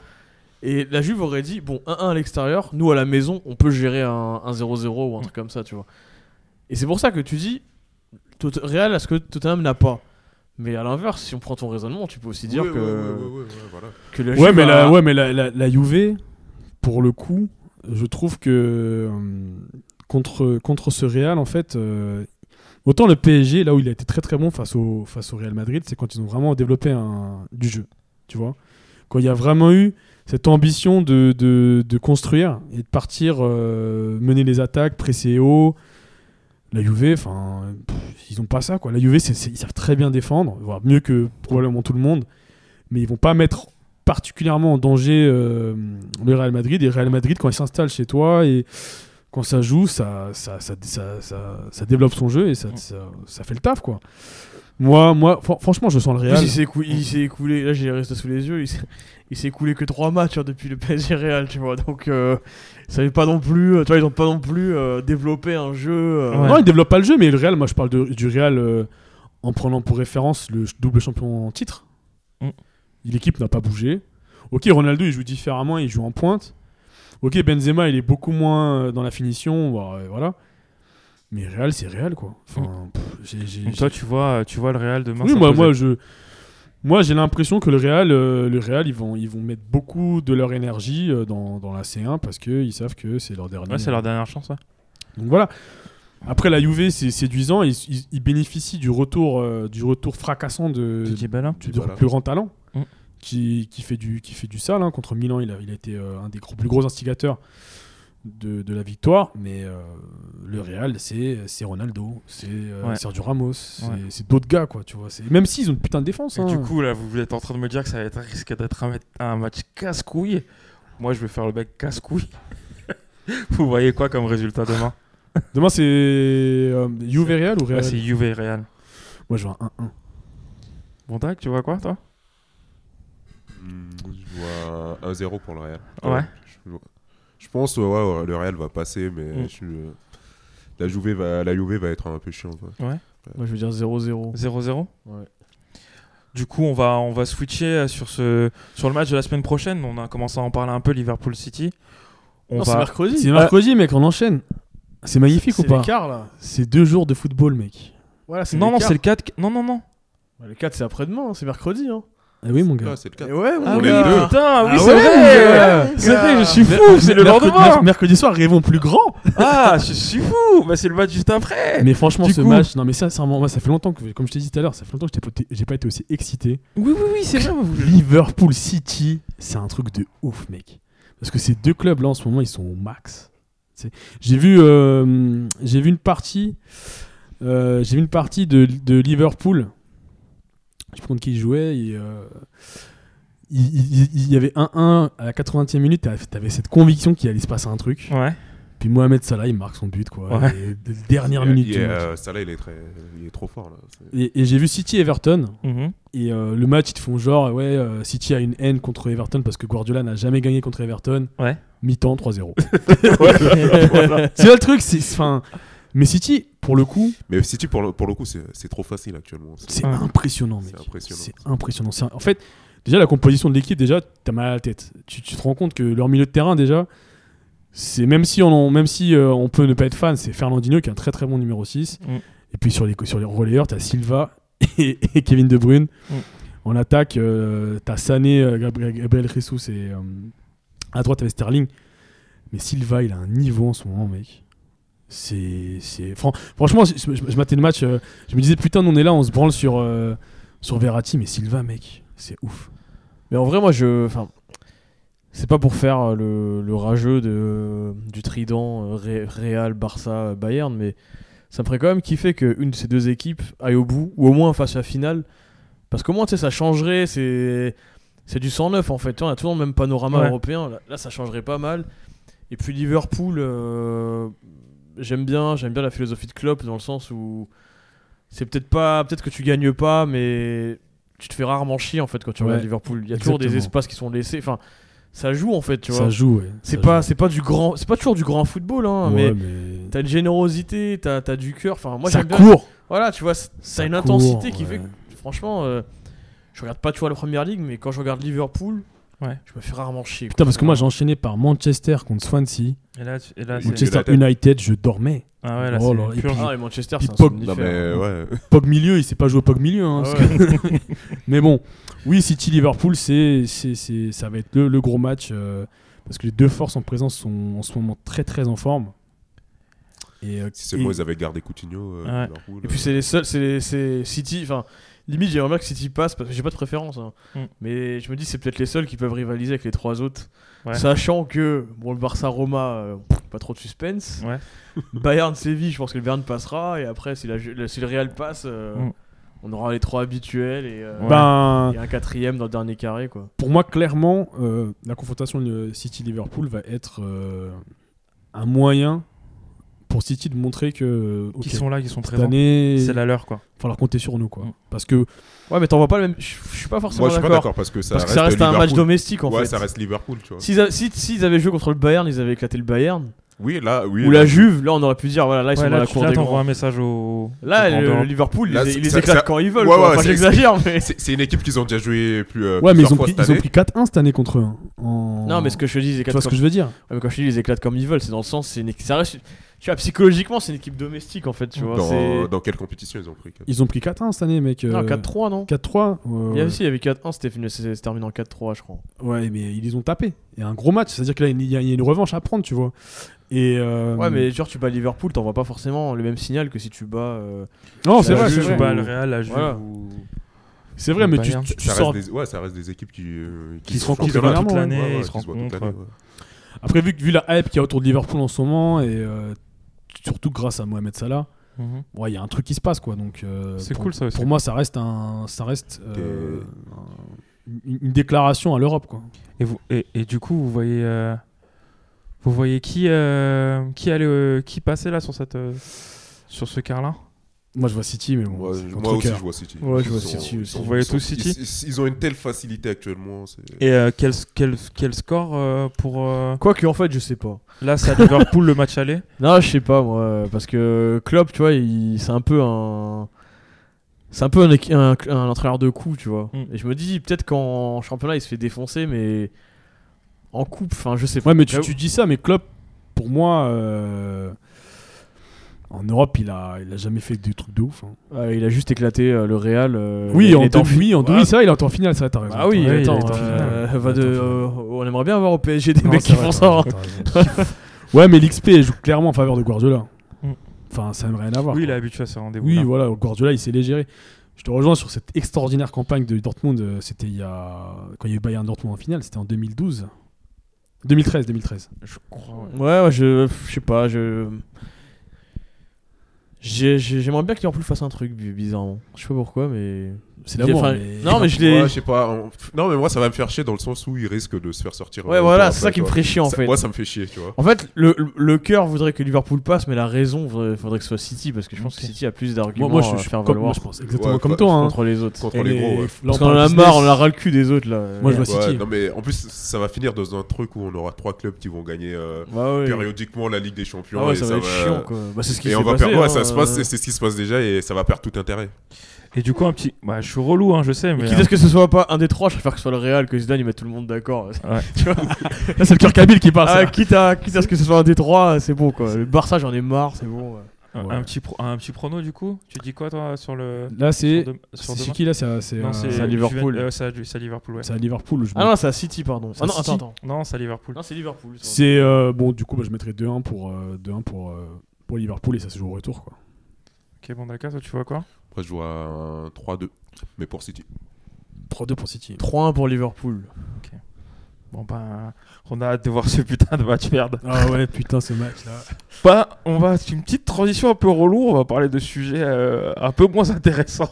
Et la Juve aurait dit bon, 1-1 à l'extérieur, nous à la maison, on peut gérer un un 0-0 ou un truc comme ça, tu vois. Et c'est pour ça que tu dis Tot- Real à ce que Tottenham n'a pas. Mais à l'inverse, si on prend ton raisonnement, tu peux aussi dire Ouais, que, ouais, ouais, ouais, ouais, ouais, voilà. que la Ouais, Juve mais a- la, ouais, mais la, la, la Juve, pour le coup, je trouve que hum, contre, contre ce Real, en fait, euh, autant le PSG, là où il a été très très bon face au, face au Real Madrid, c'est quand ils ont vraiment développé un, du jeu, tu vois. Quand il y a vraiment eu cette ambition de, de, de construire et de partir euh, mener les attaques, presser haut. La Juve, enfin, pff, ils ont pas ça quoi. La Juve, c'est- c'est- ils savent très bien défendre, voire mieux que probablement tout le monde, mais ils vont pas mettre particulièrement en danger euh, le Real Madrid. Et Real Madrid, quand il s'installe chez toi et quand ça joue, ça, ça, ça, ça, ça- ça développe son jeu et ça, ça, ça fait le taf quoi. Moi, moi, fran- franchement, je sens le En Real. plus, il s'est écou- il s'est écoulé, là j'ai les restes sous les yeux, il s'est- il s'est écoulé que 3 matchs hein, depuis le PSG Real, tu vois. Donc euh, ça n'est pas non plus, euh, tu vois, ils n'ont pas non plus euh, développé un jeu. euh, Ouais. Non, il développe pas le jeu, mais le Real, moi je parle de- du Real euh, en prenant pour référence le ch- double champion en titre. Mm. L'équipe n'a pas bougé. Ok, Ronaldo il joue différemment, il joue en pointe. Ok, Benzema il est beaucoup moins euh, dans la finition, voire, euh, voilà. Mais Real c'est Real quoi. Enfin, pff, j'ai- j'ai- Mm. Donc toi tu vois, euh, tu vois le Real demain. oui, moi, s'imposer. moi, je, moi, j'ai l'impression que le Real, euh, le Real, ils vont, ils vont mettre beaucoup de leur énergie euh, dans, dans la C1 parce que ils savent que c'est leur dernier. Ouais, c'est leur dernière chance. ouais. Donc voilà. Après la Juve, c'est séduisant. Ils, ils- ils bénéficient du retour, euh, du retour fracassant de, Tiki Bella. de Dybala. leur plus grand talent, Mm. qui, qui fait du qui fait du sale. hein. Contre Milan, il a, il a été euh, un des gros- plus gros instigateurs de, de la victoire. Mais euh, le Real, c'est c'est Ronaldo, c'est euh, Ouais. Sergio Ramos, c'est Ouais. c'est d'autres gars quoi. Tu vois. C'est- Même s'ils ont une putain de défense. Et hein. du coup, là, vous êtes en train de me dire que ça va être, risque d'être un, un match casse-couille. Moi, je vais faire le mec casse-couille. vous voyez quoi comme résultat demain Demain, c'est euh, Juve Real ou Ouais, Real C'est Juve et Real. Moi, je vois un 1-1. Bon, tac, tu vois quoi, toi Hmm, Je vois un 1-0 pour le Real. Ouais. Je, je pense ouais, ouais, ouais, le Real va passer, mais Hmm. Mm. je suis, euh, la Juve va, la Juve va être un peu chiant. quoi. Moi je veux dire 0-0. 0-0 Ouais. Du coup, on va, on va switcher euh, sur, ce, sur le match de la semaine prochaine. On a commencé à en parler un peu, Liverpool City. On Non, c'est va... mercredi. C'est mercredi, mec, on enchaîne. C'est magnifique ou C'est pas l'écart là. C'est deux jours de football, mec. Voilà, c'est Non, non, l'écart. c'est le 4. Non, non, non. Bah, le 4 c'est après-demain, hein, c'est mercredi. Hein. Ah oui, mon gars. Là, c'est le cas. Et ouais, mon Ah oui, est gars. deux. putain, oui, Ah c'est ouais, vrai. mon gars. C'est vrai, je suis Mer- fou, c'est le mercredi- lendemain. mer- Mercredi soir, rêvons plus grand. Ah, je suis fou. Bah, c'est le match juste après. Mais franchement, Du ce coup- match, non mais ça, c'est un moment- moi, ça fait longtemps que, comme je t'ai dit tout à l'heure, ça fait longtemps que j'étais pas- j'ai pas été aussi excité. Oui, oui, oui, c'est vrai. vous- Liverpool City, c'est un truc de ouf, mec. Parce que ces deux clubs là en ce moment, ils sont au max. C'est- J'ai vu, euh, j'ai vu une partie, euh, j'ai vu une partie de, de Liverpool. Je compte qui jouait. et, euh, il, il- il- il y avait 1-1 à la 80e minute. t'avais- T'avais cette conviction qu'il allait se passer un truc. Ouais. Puis Mohamed Salah, il marque son but, quoi. Ouais. Et de- dernière minute. Il du est, match. euh, Salah, il est, très, il est trop fort. Là. C'est- Et, et j'ai vu City Everton. Mhm. Et euh, le match, ils te font genre, ouais, euh, City a une haine contre Everton parce que Guardiola n'a jamais gagné contre Everton. Ouais. Mi-temps, 3-0. C'est là le truc, c'est. c'est- 'fin, Mais City, pour le coup, Mais City, pour le, pour le coup, c'est c'est trop facile actuellement. C'est- c'est Ouais. impressionnant, mec. C'est impressionnant. C'est impressionnant. C'est un- En fait, déjà, la composition de l'équipe, déjà, t'as mal à la tête. Tu, tu te rends compte que leur milieu de terrain, déjà, c'est même si, on, en- même si euh, on peut ne pas être fan, c'est Fernandinho qui est un très très bon numéro 6. Mm. Et puis sur les, sur les relayeurs, t'as Silva et, et Kevin De Bruyne. Mm. En attaque, euh, t'as Sané, euh, Gabriel, Gabriel Jesus et euh, à droite, t'avais Sterling. Mais Silva, il a un niveau en ce moment, mec. C'est. c'est- fran- Franchement, je, je- je matais le match. euh, je me disais, putain, nous, on est là, on se branle sur, euh, sur Verratti, mais Silva, mec, c'est ouf. Mais en vrai, moi, je, enfin, C'est pas pour faire euh, le, le rageux de, du trident euh, Ré- Real, Barça, Bayern, mais ça me ferait quand même kiffer qu'une de ces deux équipes aille au bout, ou au moins fasse la finale. Parce qu'au moins, tu sais, ça changerait, c'est c'est du 109 en fait. Tu vois, On a toujours le même panorama Ouais. européen, là, là, ça changerait pas mal. Et puis Liverpool, euh, j'aime bien, j'aime bien la philosophie de Klopp dans le sens où c'est peut-être pas, peut-être que tu gagnes pas, mais tu te fais rarement chier en fait quand tu Ouais, regardes Liverpool. Il y a toujours des exactement. espaces qui sont laissés. Enfin, ça joue en fait, tu ça vois. joue, ouais. C'est Ça pas, joue. c'est pas du grand, c'est pas toujours du grand football, hein, Ouais, mais mais t'as une générosité, t'as, t'as du cœur. Enfin, moi ça j'aime bien. court. Voilà, tu vois, c'est- ça a une court, intensité qui ouais. fait que, franchement, euh, je regarde pas, tu vois, la première ligue, mais quand je regarde Liverpool, Ouais. je me fais rarement chier. Putain, parce que moi j'ai enchaîné par Manchester contre Swansea. Et là, tu- et là, Oui, c'est. Manchester United. United, je dormais. Ah ouais, là, Oh c'est là, et pur puis- bah, jeu. Ah, et Manchester, Il c'est un pogue- Non, somnifère. mais ouais. Pog milieu, il sait pas jouer au Pog milieu. hein, Ah parce que- mais bon, oui, City Liverpool, c'est, c'est, c'est- ça va être le, le gros match euh, parce que les deux forces en présence sont en ce moment très très en forme. Et, euh, Si c'est et- moi, ils avaient gardé Coutinho. euh, Ouais. Liverpool, Et puis euh, c'est les seuls, c'est les- c'est City, enfin limite j'aimerais bien que City passe parce que j'ai pas de préférence. hein. Mm. Mais je me dis c'est peut-être les seuls qui peuvent rivaliser avec les trois autres. Ouais. Sachant que bon le Barça Roma euh, pas trop de suspense. Ouais. Bayern Séville, je pense que le Bayern passera et après si, la- le- si le Real passe euh, Mm. on aura les trois habituels et, euh, Bah. Ouais. ben, et un quatrième dans le dernier carré quoi. pour moi, clairement, euh, la confrontation de City Liverpool va être euh, un moyen pour City de montrer que ok, Qui sont là, qui sont cette présents. année, C'est la leur, quoi. il va falloir compter sur nous quoi. Mm. Parce que Ouais mais t'en vois pas le même. Je je suis pas forcément Moi, je suis pas d'accord. d'accord parce que ça Parce que reste. ça reste un match Liverpool. domestique en Ouais, fait. ça reste Liverpool, tu vois. S'ils a- si- S'ils avaient joué contre le Bayern, ils avaient éclaté le Bayern. Oui, là, oui. ou là, la Juve, là on aurait pu dire voilà, là Ouais, ils sont là, dans la tu- cour là, des t'envoies grands. un message au. Là, au grand le, dehors. le Liverpool, Là, ils- c'est- ils les ça- éclatent ça- quand ils veulent. Ouais, quoi. ouais, Enfin, c'est- j'exagère, mais. C'est c'est une équipe qu'ils ont déjà joué plus. euh, ouais, mais plusieurs ils ont fois pris, cette ils ont année. pris 4-1 cette année contre eux. hein, En... Non, mais ce que je te dis, ils tu éclatent vois ce comme... que je veux dire Ouais, mais quand je te dis, ils éclatent comme ils veulent. C'est dans le sens, c'est une... ça reste- Tu vois, psychologiquement, c'est une équipe domestique en fait. Tu vois, Dans, c'est. dans quelle compétition ils ont pris quatre Ils ont pris 4-1 cette année, mec. Non, euh, 4-3, non 4-3. ouais, Il y a ouais. aussi, il y avait 4-1, c'était fini- c'est- c'est terminé en 4-3, je crois. Ouais, mais ils les ont tapés. Il y a un gros match. C'est-à-dire que là, il y, a- il y a une revanche à prendre, tu vois. Et euh, Ouais, mais genre, tu bats Liverpool, t'envoies pas forcément le même signal que si tu bats. euh, Non, c'est La vrai, Juve, c'est ou vrai. pas le Real, la Juve. Voilà. ou- C'est vrai, Le mais tu, Bayern. tu- tu ça sors. reste des, Ouais, ça reste des équipes qui. euh, Qui se rencontrent sont là régulièrement, toute ouais. l'année, Ouais, ouais, ils se qui se voient toute rencontrent. l'année, ouais. Après, vu, que- vu la hype qu'il y a autour de Liverpool en ce moment, et euh, surtout grâce à Mohamed Salah, Mhm. ouais, il y a un truc qui se passe, quoi. Donc, euh, C'est pour- cool, ça aussi. Pour moi, ça reste un, ça reste euh, Des- un- une, une déclaration à l'Europe, quoi. Et, vous, et, et du coup, vous voyez, euh, vous voyez qui, euh, qui, allait, euh, qui passait là sur, cette, euh, sur ce quart-là Moi, je vois City, mais bon. Moi, c'est je- contre moi le aussi, cœur. je vois City. Ouais, je Ils vois sont- City ils aussi. sont- Vous voyez ils sont- tous City ils, ils ont une telle facilité actuellement. c'est- Et euh, quel, quel, quel score euh, pour. euh, Quoique, en fait, je sais pas. là, c'est à Liverpool le match aller. Non, je sais pas moi, parce que Klopp, tu vois, il- c'est un peu un, c'est un peu un, équi- un- un entraîneur de coup, tu vois. Mm. Et je me dis peut-être qu'en championnat il se fait défoncer, mais en coupe, enfin, je sais pas. Bah Ouais, mais tu, Là où- tu dis ça, mais Klopp, pour moi, euh, en Europe, il a, il a jamais fait des trucs de ouf. hein. Euh, il a juste éclaté euh, le Real. euh, Oui, il en était demi, en demi, Ouais. ça, il est en finale, ça, t'as raison. Ah oui, Ouais, il attends, était en finale. euh, Il va était de, en finale. euh, on aimerait bien avoir au PSG des Non, mecs c'est qui vrai, font ça. hein. ouais, mais l'XP joue clairement en faveur de Guardiola. Mm. Enfin, ça n'a rien à voir. Oui, il est quoi. habitué à ce rendez-vous. oui voilà, Guardiola, il s'est légéré. Je te rejoins sur cette extraordinaire campagne de Dortmund. euh, C'était il y a. Quand il y a eu Bayern Dortmund en finale, c'était en 2012. 2013, 2013. Je crois. ouais. Ouais, ouais, je, je sais pas, je. J'ai- j'ai- J'aimerais bien que Liverpool fasse un truc bi- bizarrement. Je sais pas pourquoi, mais. C'est l'amour. Enfin, mais- Non, mais je l'ai. Ouais, je sais pas. en- Non, mais moi, ça va me faire chier dans le sens où ils risquent de se faire sortir. Ouais, euh, voilà, peu c'est ça après, qui me tu vois. ferait chier en Ça- fait. Moi, ça me fait chier, tu vois. En fait, le, le- le cœur voudrait que Liverpool passe, mais la raison faudrait, faudrait que ce soit City parce que je pense Ok. que City a plus Moi, d'arguments moi, à je, je- faire euh, comme, valoir moi, je pense exactement Ouais, comme faut- toi. hein. contre les autres. Contre les Et gros, ouais. là, Parce on qu'on en parle a business. marre, on a ras le cul des autres là. Moi, je vois Ouais. City. Ouais, non, mais en plus, ça va finir dans un truc où on aura trois clubs qui vont gagner euh, Bah ouais. périodiquement la Ligue des Champions. Ah ouais, et ça va être chiant quoi. Bah, c'est ce qui Et s'est on va passé. perdre. Ouais, hein, ça se passe, euh. c'est c'est ce qui se passe déjà et ça va perdre tout intérêt. Et du coup, un petit. Bah, je suis relou, hein, je sais, Et mais. quitte à ce que ce soit pas un des trois, je préfère que ce soit le Real, que Zidane il mette tout le monde d'accord. Ouais. tu vois Là, c'est le cœur Kabyle qui parle. ah, ça. quitte, à, quitte à ce que ce soit un des trois, c'est bon quoi. Le Barça j'en ai marre, c'est bon. ouais. un, Ouais. un petit pro- un petit prono, du coup Tu dis quoi, toi, sur le. Là, c'est. sur de- sur C'est demain chez qui là C'est à- c'est Non, à- c'est c'est à Liverpool. Juven- euh, c'est à Ju- c'est à Liverpool, ouais. c'est à Liverpool. je Ah me- non, c'est à City pardon. C'est Ah à non, City attends, attends. Non, c'est à Liverpool. Non, c'est Liverpool. ça. C'est euh, bon, du coup, bah, je mettrais 2-1 pour, euh, 2-1 pour, euh, pour Liverpool et ça se joue au retour. Quoi. Ok, bon, d'accord, toi, tu vois quoi Après, je vois un 3-2. Mais pour City. 3-2 pour City. 3-1 pour Liverpool. Bon ben, on a hâte de voir ce putain de match merde. Ah ouais, putain, ce match-là. Bah, on va c'est une petite transition un peu relou. On va parler de sujets euh, un peu moins intéressants.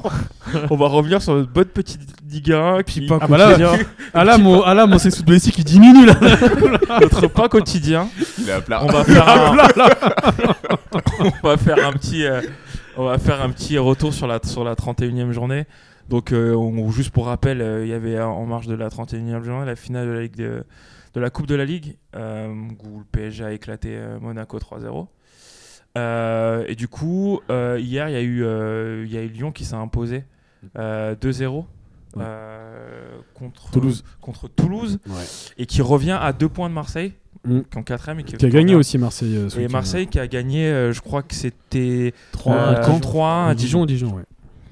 on va revenir sur notre bonne petite Ligue 1 qui pain ah, bah là, quotidien, Ah là, mon, ah là, mon Sexou Blessé qui diminue là. notre pain quotidien. Il est à plat. Ah. On va faire un, on va faire un petit, euh, on va faire un petit retour sur la sur la 31e journée. Donc, euh, on- juste pour rappel, euh, il y avait euh, en marge de la 31e journée la finale de la Ligue de, de la Coupe de la Ligue euh, où le PSG a éclaté euh, Monaco 3-0. Euh, et du coup, euh, hier, il y a eu euh, il y a eu Lyon qui s'est imposé euh, 2-0. Ouais. euh, contre Toulouse. contre Toulouse et qui revient à deux points de Marseille Mm. qui est en quatrième et qui, Qui a gagné aussi Marseille. euh, ce et week-end. Marseille qui a gagné, euh, je crois que c'était 3 euh, Caen. 3-1 à Dijon. Dijon, Dijon, ouais.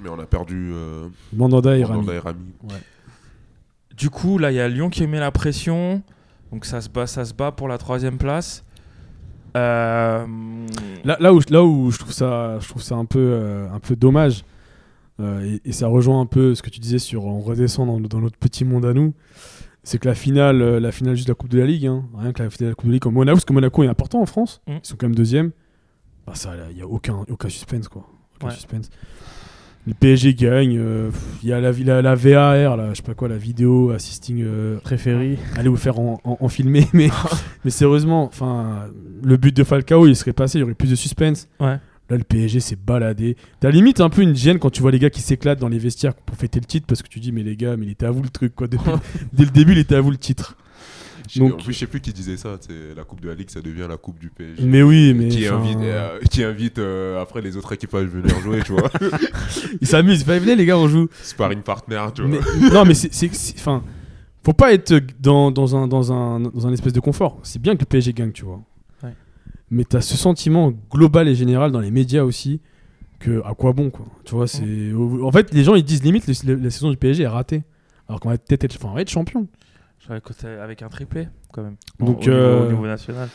Mais on a perdu euh, Mandanda et Rami. Mandanda et Rami. Du coup, là, il y a Lyon qui met la pression. Donc ça se bat, ça se bat pour la troisième place. Euh, Là, là où, je- là où je trouve ça, je trouve ça un peu, euh, un peu dommage, euh, et, et ça rejoint un peu ce que tu disais sur on redescend dans, dans notre petit monde à nous, c'est que la finale, euh, la finale juste de la Coupe de la Ligue, hein, rien que la finale de la Coupe de la Ligue comme Monaco, parce que Monaco est important en France, Mm. ils sont quand même deuxième. Bah ça, il y a aucun, aucun suspense quoi. Aucun Ouais. suspense. Le PSG gagne, euh, pff, il y a la, vi- la, la VAR, là, je sais pas quoi, la vidéo assisting euh, Préféré. allez vous faire en, en- en filmer mais mais sérieusement enfin le but de Falcao il serait passé il y aurait plus de suspense Ouais. là le PSG s'est baladé t'as limite un peu une gêne quand tu vois les gars qui s'éclatent dans les vestiaires pour fêter le titre parce que tu dis mais les gars mais il était à vous le truc quoi Depuis- dès le début il était à vous le titre Je- Donc- En plus, je sais plus qui disait ça. c'est La Coupe de la Ligue, ça devient la Coupe du PSG. mais oui mais Qui enfin, invite, euh, qui invite euh, après les autres équipes à venir jouer, tu vois. ils s'amusent Enfin, venez les gars on joue Sparring partner, tu vois. Mais- non, mais c'est- c'est. c'est- Enfin, faut pas être dans, dans, un, dans, un, dans un espèce de confort. C'est bien que le PSG gagne, tu vois. Ouais. Mais t'as ce sentiment global et général dans les médias aussi que à quoi bon, quoi. Tu vois, c'est. En fait, les gens ils disent limite le- la saison du PSG est ratée. Alors qu'on va peut-être être, enfin, on va être champion. avec, avec un triplé, quand même. Donc, au, niveau, euh, au niveau national.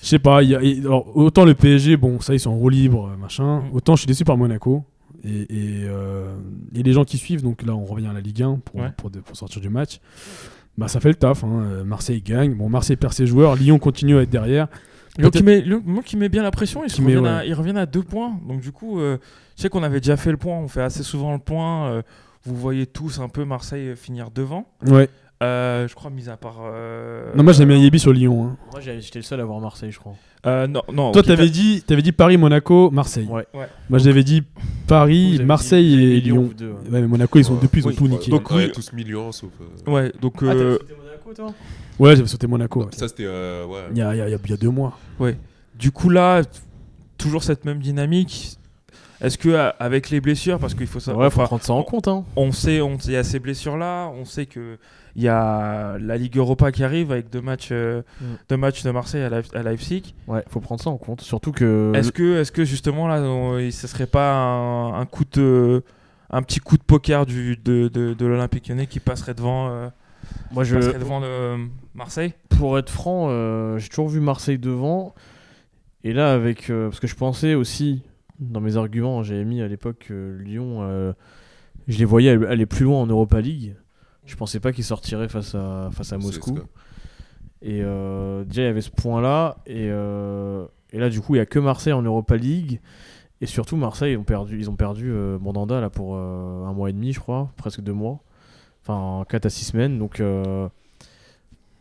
Je sais pas, il y a- et- alors, autant le PSG, bon, ça, ils sont en roue libre, euh, Mm. machin. Autant je suis déçu par Monaco. Et, et, euh, et les gens qui suivent, donc là, on revient à la Ligue 1 pour, Ouais. pour, de- pour sortir du match. Bah, ça fait le taf. hein. Euh, Marseille gagne. Bon, Marseille perd ses joueurs. Lyon continue à être derrière. Lyon qui, peut-être- met, Lyon- Lyon qui met bien la pression, ils, se Qui met, reviennent, ouais. à, ils reviennent à deux points. Donc du coup, euh, je sais qu'on avait déjà fait le point, on fait assez souvent le point. euh, vous voyez tous un peu Marseille finir devant. Ouais. Euh, je crois, mis à part... euh, Non, moi, j'aimais bien Yébi sur Lyon. hein. Moi, j'ai- j'étais le seul à voir Marseille, je crois. Euh, non, non. Toi, quitte à- t'avais dit, t'avais dit Paris, Monaco, Marseille. Ouais. Ouais. Moi, j'avais dit Vous Paris, avez Marseille dit- vous avez et dit Lyon, Lyon. vous deux, ouais. Ouais, mais Monaco, ils sont Ouais. depuis, ils ont Oui. tout niqué. Donc, Donc, oui. tous millions, sauf. euh, Ouais, donc... Ah, euh, t'as sauté Monaco, toi Ouais, j'avais sauté Monaco. ouais. Ça, c'était. euh, ouais. Il y, a, il y a- il y a deux mois. Du coup là, t- toujours cette même dynamique. Est-ce que à- avec les blessures, parce qu'il faut ça, Ouais, faut enfin, prendre ça en compte, hein. on sait, on il y a ces blessures là, on sait que il y a la Ligue Europa qui arrive avec deux matchs, euh, Mm. deux matchs de Marseille à, Leip- à Leipzig. Ouais, faut prendre ça en compte. Surtout que. Est-ce que, est-ce que justement là, on- et ce serait pas un, un coup de, un petit coup de poker du de, de, de l'Olympique Lyonnais qui passerait devant, euh, Moi, je. passerait devant le Marseille pour être franc, euh, j'ai toujours vu Marseille devant. Et là, avec. euh, parce que je pensais aussi, dans mes arguments, j'avais mis à l'époque que Lyon, euh, je les voyais aller- aller plus loin en Europa League. Je pensais pas qu'ils sortiraient face à, face à C'est Moscou. ça. Et euh, déjà, il y avait ce point-là. Et, euh, et là, du coup, il n'y a que Marseille en Europa League. Et surtout, Marseille, ils ont perdu, ils ont perdu euh, Mandanda là, pour euh, un mois et demi, je crois, presque deux mois. Enfin, 4 à 6 semaines. Donc, euh,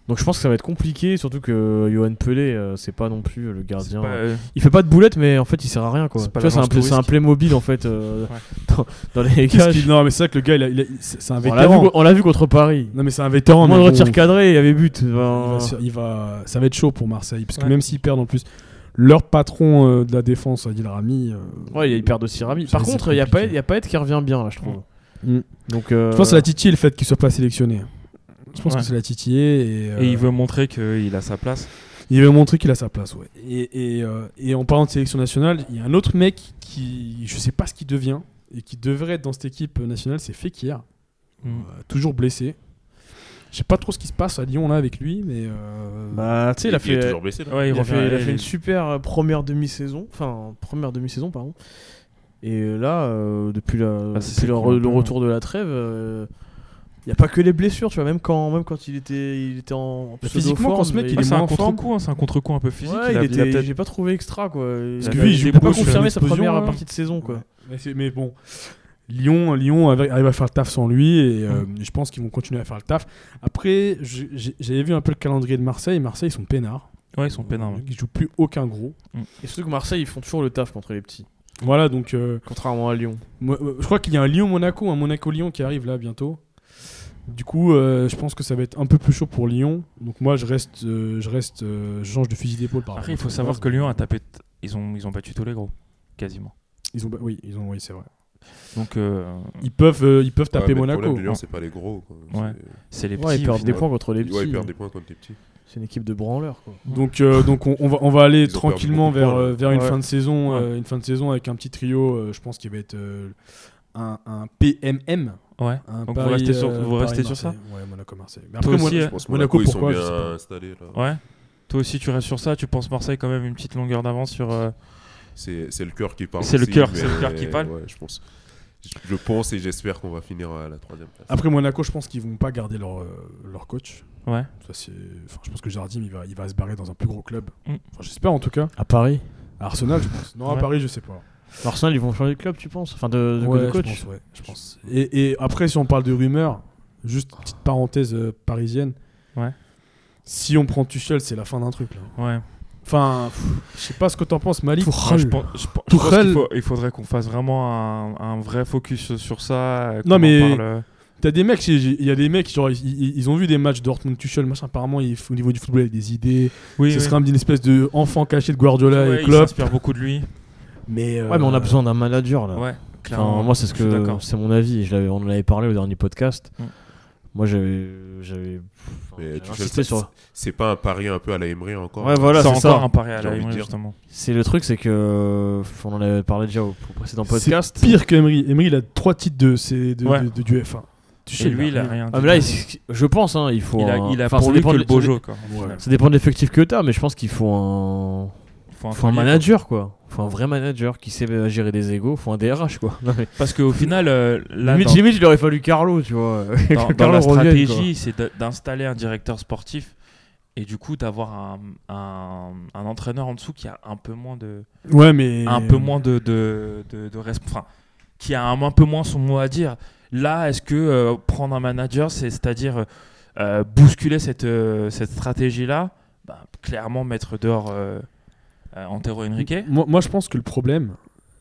donc je pense que ça va être compliqué. Surtout que Johan Pelé, euh, c'est pas non plus le C'est gardien. pas, euh, Il fait pas de boulette, mais en fait, il sert à rien. quoi. C'est Tu pas vois, C'est un, l'agence play- c'est un touriste. play mobile, en fait, euh, Ouais. dans, dans les Qu'est-ce cages. qu'il- Non, mais c'est vrai que le gars, il a- il a- c'est c'est un On l'a vu, vétéran. co- on l'a vu contre Paris. Non mais c'est un vétéran. mais Moindre bon, tir cadré, il y avait but. il va Enfin, se- il va- ça va être chaud pour Marseille parce que Ouais. même s'ils perdent en plus, leur patron euh, de la défense, Adil Rami. euh, Ouais, ils perdent aussi Rami. Ça, Par c'est contre, il y a compliqué. Payet y a Payet qui revient bien, là, je trouve. Mm. Donc, euh, Je pense que c'est la titiller le fait qu'il soit pas sélectionné. Je pense Ouais. que c'est la titiller et, euh, Et il veut montrer qu'il a sa place. il veut montrer qu'il a sa place. Ouais. Et, et, euh, et en parlant de sélection nationale, il y a un autre mec qui, je sais pas ce qu'il devient et qui devrait être dans cette équipe nationale, c'est Fekir. Mm. Euh, toujours blessé. Je sais pas trop ce qui se passe à Lyon là avec lui, mais euh, Bah, tu sais, il a est fait. toujours blessé, là. Ouais, il a revient- fait- il a il- fait une super euh, première demi-saison, enfin première demi-saison pardon. Et là, euh, depuis, la, Ah, c'est ça depuis le, qui m'a le un peu- retour de la trêve, euh, Il n'y a pas que les blessures, tu vois, même quand, même quand il était, il était en Bah, physiquement, pseudo-forme, quand ce mec, mais il Ah, est c'est moins un en forme. contre-coup, hein, c'est un contre-coup un peu physique. Ouais, il a- il il a était- peut-être- j'ai pas trouvé extra quoi. Il Parce que a- lui, il il joue a pas beaucoup sur confirmé une sa explosion, première hein. partie de saison quoi. Mais, c'est- mais bon, Lyon, Lyon arri- arrive à faire le taf sans lui et euh, je pense qu'ils vont continuer à faire le taf. Après, je- j'ai- j'avais vu un peu le calendrier de Marseille. Marseille, ils sont peinards. Ouais, ils sont peinards. ouais. Ils jouent plus aucun gros. Et surtout que Marseille, ils font toujours le taf contre les petits, Voilà, donc euh, contrairement à Lyon. moi- moi, je crois qu'il y a un Lyon-Monaco, un Monaco-Lyon qui arrive là bientôt. Du coup, euh, je pense que ça va être un peu plus chaud pour Lyon. Donc moi, je reste, euh, je reste, euh, je change de fusil d'épaule. par Après, il rapport faut à la savoir base. que Lyon a tapé. t- Ils ont, ils ont battu tous les gros, quasiment. ils ont, ba- oui, ils ont, oui, c'est vrai. Donc, euh, Ils peuvent, euh, ils peuvent Ouais, taper mais le problème Monaco. hein. de Lyon, c'est pas les gros. quoi. Ouais. c'est les petits. Ouais, ils perdent des finalement. points contre les C'est- petits. Ouais, ils euh. perdent des points contre les petits. hein. C'est une équipe de branleurs quoi. Donc, euh, donc on, on va, on va aller Ils ont perdu tranquillement beaucoup de vers, points, là. euh, vers une Ouais. fin de saison, Ouais. euh, une fin de saison avec un petit trio. euh, je pense qu'il va être euh, un, un PMM. Ouais. Un Donc, vous restez sur- vous restez sur ça Monaco-Marseille. Ouais, Monaco-Marseille. Toi Mais après, aussi, Monaco- euh, Je pense Monaco, Monaco, ils sont pourquoi, je sais bien pas. installés. là. ouais. Toi aussi, tu restes sur ça. Tu penses Marseille quand même une petite longueur d'avance sur. euh, C'est c'est le cœur qui parle. C'est le aussi, cœur, mais- c'est le cœur qui parle. Ouais, je pense. Je- Je pense et j'espère qu'on va finir à la troisième place. après Monaco, je pense qu'ils vont pas garder leur, euh, leur coach. Ouais. Ça, c'est- enfin, je pense que Jardim, il va, il va se barrer dans un plus gros club. Mm. Enfin, J'espère en tout cas. À Paris. À Arsenal, je pense. Non, à Ouais. Paris, je sais pas. Arsenal, ils vont changer de club, tu penses Enfin, de, de- de Ouais, je coach. pense, ouais, je pense. Et, et après, si on parle de rumeurs, juste petite parenthèse euh, parisienne. Ouais. Si on prend Tuchel, c'est la fin d'un truc. Là. Ouais. Enfin, pff, je sais pas ce que t'en penses, Malik. Moi, je pense, je pense- je pense Tourelle. qu'il faut- il faudrait qu'on fasse vraiment un, un vrai focus sur ça. euh, Non, qu'on en mais- parle, euh, T'as des mecs, j'ai- j'ai- il y a des mecs, genre, ils, ils- ils ont vu des matchs Dortmund Tuchel, machin. Apparemment, il faut- au niveau du football, il y a des idées. Oui, ce oui. serait une espèce de enfant caché de Guardiola Ouais, et il Klopp. s'inspire beaucoup de lui. Mais, euh, Ouais, mais on a besoin d'un manager là. Ouais, Enfin, clairement. moi, c'est ce Je suis que d'accord. c'est mon avis. et Je l'avais, on en avait parlé au dernier podcast. Mm. Moi, j'avais, j'avais, enfin, Mais j'avais tu sais, insisté ça- sur. C'est pas un pari un peu à la Emery encore. hein Ouais, voilà, c'est c'est encore ça. un pari à J'ai la envie de Emery, dire. justement. C'est le truc, c'est que euh, on en avait parlé déjà au, au précédent C'est podcast. pire que Emery. Emery, il a trois titres de, c'est de, Ouais. de- de- du F1. Et Tuchel, lui, il a rien. Ah, dit. mais là, il- je pense, hein, il faut. il a, un- il a enfin, pour ça lui dépend que de- le ça dé- Bojo. Quoi, au final. Ça dépend de l'effectif que t'as, mais je pense qu'il faut un, Faut un faut un foyer, quoi. manager quoi. Faut un vrai manager qui sait euh, gérer des égos. Faut un DRH quoi. Non, mais- Parce qu'au final, euh, là, limite, dans- limite, il aurait fallu Carlo, tu vois. Que dans, dans Carlo la revienne, quoi. stratégie, c'est de- d'installer un directeur sportif et du coup d'avoir un, un, un entraîneur en dessous qui a un peu moins de, Ouais, mais. un euh, peu moins de, de, de, de resp- enfin, qui a un, un peu moins son mot à dire. Là, est-ce que euh, prendre un manager, c'est- c'est-à-dire euh, bousculer cette, euh, cette stratégie-là, bah, clairement mettre dehors euh, euh, Antero Henrique Moi, moi, je pense que le problème,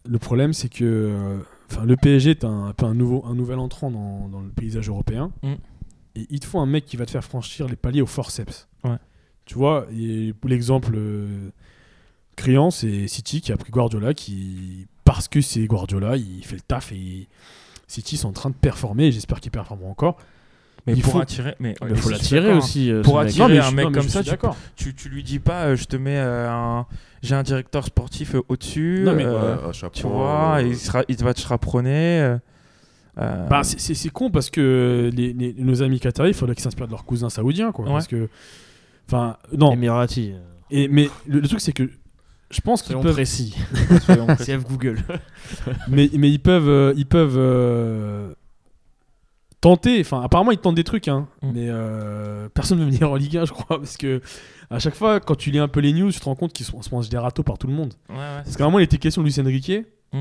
le problème, c'est que euh, enfin, le PSG est un, un peu un, nouveau, un nouvel entrant dans, dans le paysage européen. Mm. Et il te faut un mec qui va te faire franchir les paliers au forceps. Ouais. Tu vois, et pour l'exemple euh, criant, c'est City qui a pris Guardiola, qui, parce que c'est Guardiola, il fait le taf et il- City sont en train de performer, et j'espère qu'ils performeront encore. Mais Il pour faut- attirer, mais Il mais faut je suis l'attirer d'accord, hein. aussi. euh, Pour ce mec. attirer- mais un je- mec mais comme je ça, suis tu d'accord. Tu, tu lui dis pas, euh, je te mets euh, un, j'ai un directeur sportif euh, au-dessus. Non, mais- euh, Ouais, un chapeau. Tu vois, Oh. euh, il, sera, il va te chaperonner. euh, euh, Bah, c'est- c'est c'est con parce que les- les- nos amis qataris, il faudrait qu'ils s'inspirent de leurs cousins saoudiens, quoi. Ouais. Parce que, enfin, non. Emirati. euh, Et, mais le, le truc, c'est que je pense qu'ils Soyons peuvent. précis. CF Google. Mais, mais ils peuvent, euh, ils peuvent euh, tenter. Enfin, apparemment, ils tentent des trucs. Hein, Mm. Mais euh, personne ne veut venir en Ligue 1, je crois. Parce que à chaque fois, quand tu lis un peu les news, tu te rends compte qu'ils sont- on se mange des râteaux par tout le monde. ouais, ouais. Parce qu'à un moment, il était question de Lucien Riquet. Et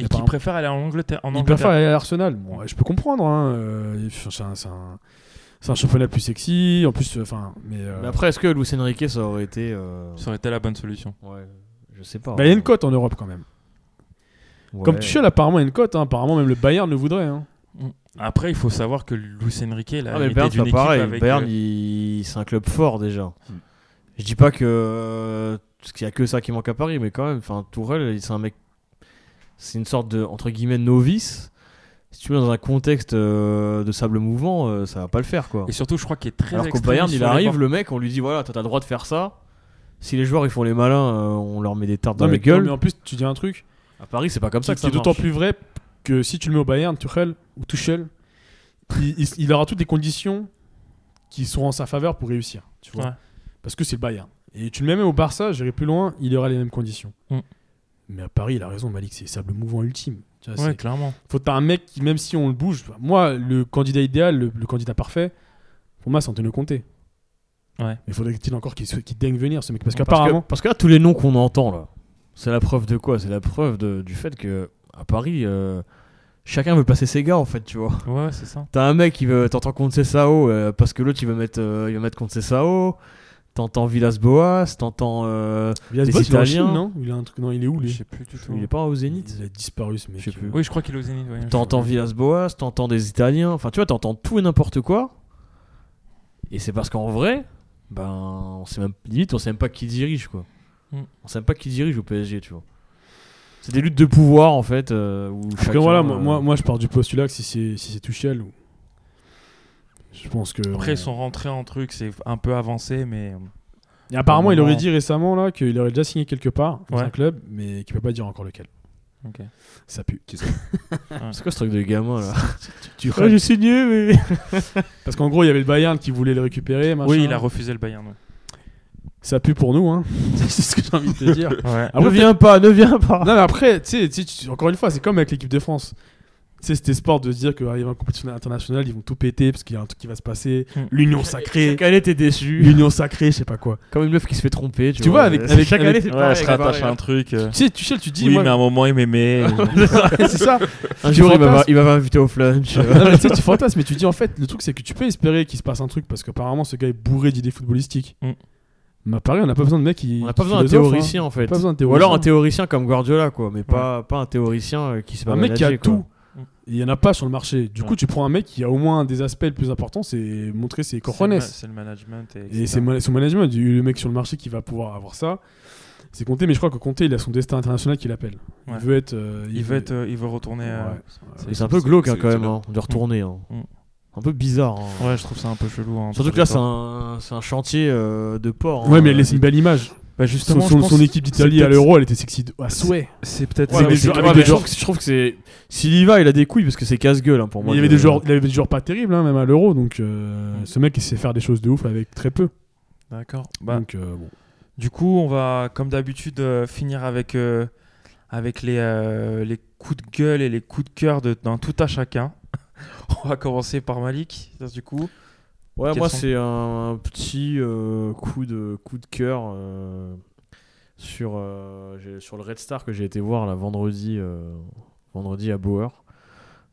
qui apparemment- préfère aller en Angleterre. En il préfère Angleterre. aller à Arsenal. Bon, ouais, je peux comprendre. hein, euh, c'est un, c'est un- c'est un championnat plus sexy. En plus, euh, enfin, mais. euh, Mais après, est-ce que Luis Enrique, ça aurait été. euh, Ça aurait été la bonne solution. Ouais, je sais pas. bah, il y a une cote en Europe quand même. Ouais. Comme Tuchel, apparemment, il y a une cote. hein. Apparemment, même le Bayern le voudrait. hein. Après, il faut savoir que Luis Enrique, là, Ah, il mais était Bayern, d'une c'est pas équipe pareil. avec. Bayern, euh, Hmm. il- c'est un club fort déjà. Je dis pas que. euh, Parce qu'il y a que ça qui manque à Paris, mais quand même, enfin, Tourelle, il- c'est un mec. C'est une sorte de, entre guillemets, novice. Si tu veux, dans un contexte euh, de sable mouvant, euh, ça va pas le faire, quoi. Et surtout, je crois qu'il est très. Alors qu'au extrême Bayern, sur il les arrive, bords. le mec, on lui dit voilà, toi, t'as le droit de faire ça. Si les joueurs ils font les malins, euh, on leur met des tartes Non, dans mais, la non, gueule. mais en plus, tu dis un truc. À Paris, c'est pas comme ça que C'est ça d'autant marche. plus vrai que si tu le mets au Bayern, Tuchel ou Tuchel, il, il- il aura toutes les conditions qui seront en sa faveur pour réussir. Tu vois Ouais. Parce que c'est le Bayern. Et tu le mets même au Barça, j'irai plus loin, il aura les mêmes conditions. Mm. Mais à Paris, il a raison, Malik, c'est sable mouvant ultime. Tu vois, Ouais, c'est- clairement. Faut t'as un mec qui, même si on le bouge, enfin, moi, le candidat idéal, le, le candidat parfait, pour moi, c'est Antonio Conte. Ouais. Mais faudrait-il encore qu'il soit- qu'il daigne venir, ce mec Parce qu'apparemment, Parce que là, tous les noms qu'on entend, là, c'est la preuve de quoi C'est la preuve de- du fait que à Paris, euh, chacun veut passer ses gars, en fait, tu vois. Ouais, c'est ça. T'as un mec qui veut. T'entends Concesao euh, parce que l'autre il veut mettre, euh, il veut mettre Concesao. T'entends Villas Boas. T'entends. euh, Villas-Boas, il est en Italiens- Chine, non Il a un truc, non, il est où lui Je sais plus du tout. il est pas au Zénith Il a disparu, ce mec. Je sais plus. Oui, je crois qu'il est au Zénith. ouais. T'entends Villas Boas. T'entends des Italiens. Enfin, tu vois, t'entends tout et n'importe quoi. Et c'est parce qu'en vrai, ben, on sait même. Limite, on sait même pas qui dirige, quoi. Mm. On sait même pas qui dirige au PSG, tu vois. C'est des luttes de pouvoir, en fait. euh, où Après, chacun, voilà, euh, moi, moi, moi, je pars du postulat que si c'est si c'est Tuchel, ou... je pense que. Après, ils sont rentrés en truc, c'est un peu avancé, mais. euh, Et apparemment, il Vraiment- aurait dit récemment là qu'il aurait déjà signé quelque part dans Ouais. un club, mais qu'il peut pas dire encore lequel. Ok. Ça pue. C'est quoi ce truc de gamin, là Tu Ouais, j'ai signé, mais. Parce qu'en gros, il y avait le Bayern qui voulait le récupérer. machin. Oui, il a refusé le Bayern. ouais. Ça pue pour nous, hein. c'est ce que j'ai envie de te dire. Ouais. Après, ne viens pas, ne viens pas Ah Non, mais après, tu sais, tu sais, tu- encore une fois, c'est comme avec l'équipe de France. Tu sais, cet espoir de se dire qu'arriver en compétition internationale, ils vont tout péter parce qu'il y a un truc qui va se passer. Hmm. L'union sacrée, Chaque année, t'es déçu. l'union sacrée, je sais pas quoi. Comme une meuf qui se fait tromper. Tu, Tu vois, avec- C'est- avec- chaque avec- année, c'est Ouais, pareil, je c'est rattache pareil. à un truc. euh, Tu sais, Tuchel, tu dis, Oui, moi- mais à un moment, il m'aimait. c'est ça. Un jour, il va fantasmes. il va m'inviter au flunch. non, mais tu sais, tu fantasmes, mais tu dis en fait, le truc c'est que tu peux espérer qu'il se passe un truc parce qu'apparemment ce gars est bourré d'idées footballistiques. Mm. Mais à Paris, on n'a pas besoin de mec qui. Hmm. On n'a qui pas besoin d'un philosophe, théoricien, en hein. fait. Pas besoin d'un Ou théoricien. alors un théoricien comme Guardiola, quoi. Mais pas, pas un théoricien euh, qui se Un mec qui a tout. Mm. Et Il y en a pas sur le marché. Du Ouais. coup, tu prends un mec qui a au moins un des aspects les plus importants, c'est montrer ses cojones. C'est le management. Et c'est ma- son management. Le mec sur le marché qui va pouvoir avoir ça, c'est Comté. Mais je crois que Comté, il a son destin international qui l'appelle. Ouais. Il veut être. euh, Il veut être, euh, il veut retourner. euh, Ouais. c'est- C'est un peu glauque, hein, c'est quand même, excellent. hein, de retourner. hein. Mm. Un peu bizarre. hein. Ouais, je trouve ça un peu chelou. hein, Surtout pour que là, les c'est un, c'est un chantier euh, de port. Ouais, hein. mais elle laisse une belle image. Bah justement, son, je son- pense son équipe d'Italie c'est à peut-être- l'Euro, elle était sexy ah, de- à souhait. c'est peut-être. Ouais, ça, mais c'est que- je- avec ouais, des mais je joueurs- trouve que- je trouve que c'est. S'il y va, il a des couilles parce que c'est casse-gueule hein, pour Mais moi. il y avait de- des joueurs, il y avait des joueurs pas terribles, hein, même à l'Euro. Donc, euh, Mm. ce mec, il sait faire des choses de ouf avec très peu. D'accord. Bah, donc, euh, bon. du coup, on va, comme d'habitude, euh, finir avec euh, avec les euh, les coups de gueule et les coups de cœur de d'un tout à chacun. on va commencer par Malik. ça, Du coup, Ouais, Quels moi sont- c'est un, un petit euh, coup de coup de cœur euh, sur euh, j'ai- sur le Red Star que j'ai été voir là vendredi euh, vendredi à Bauer.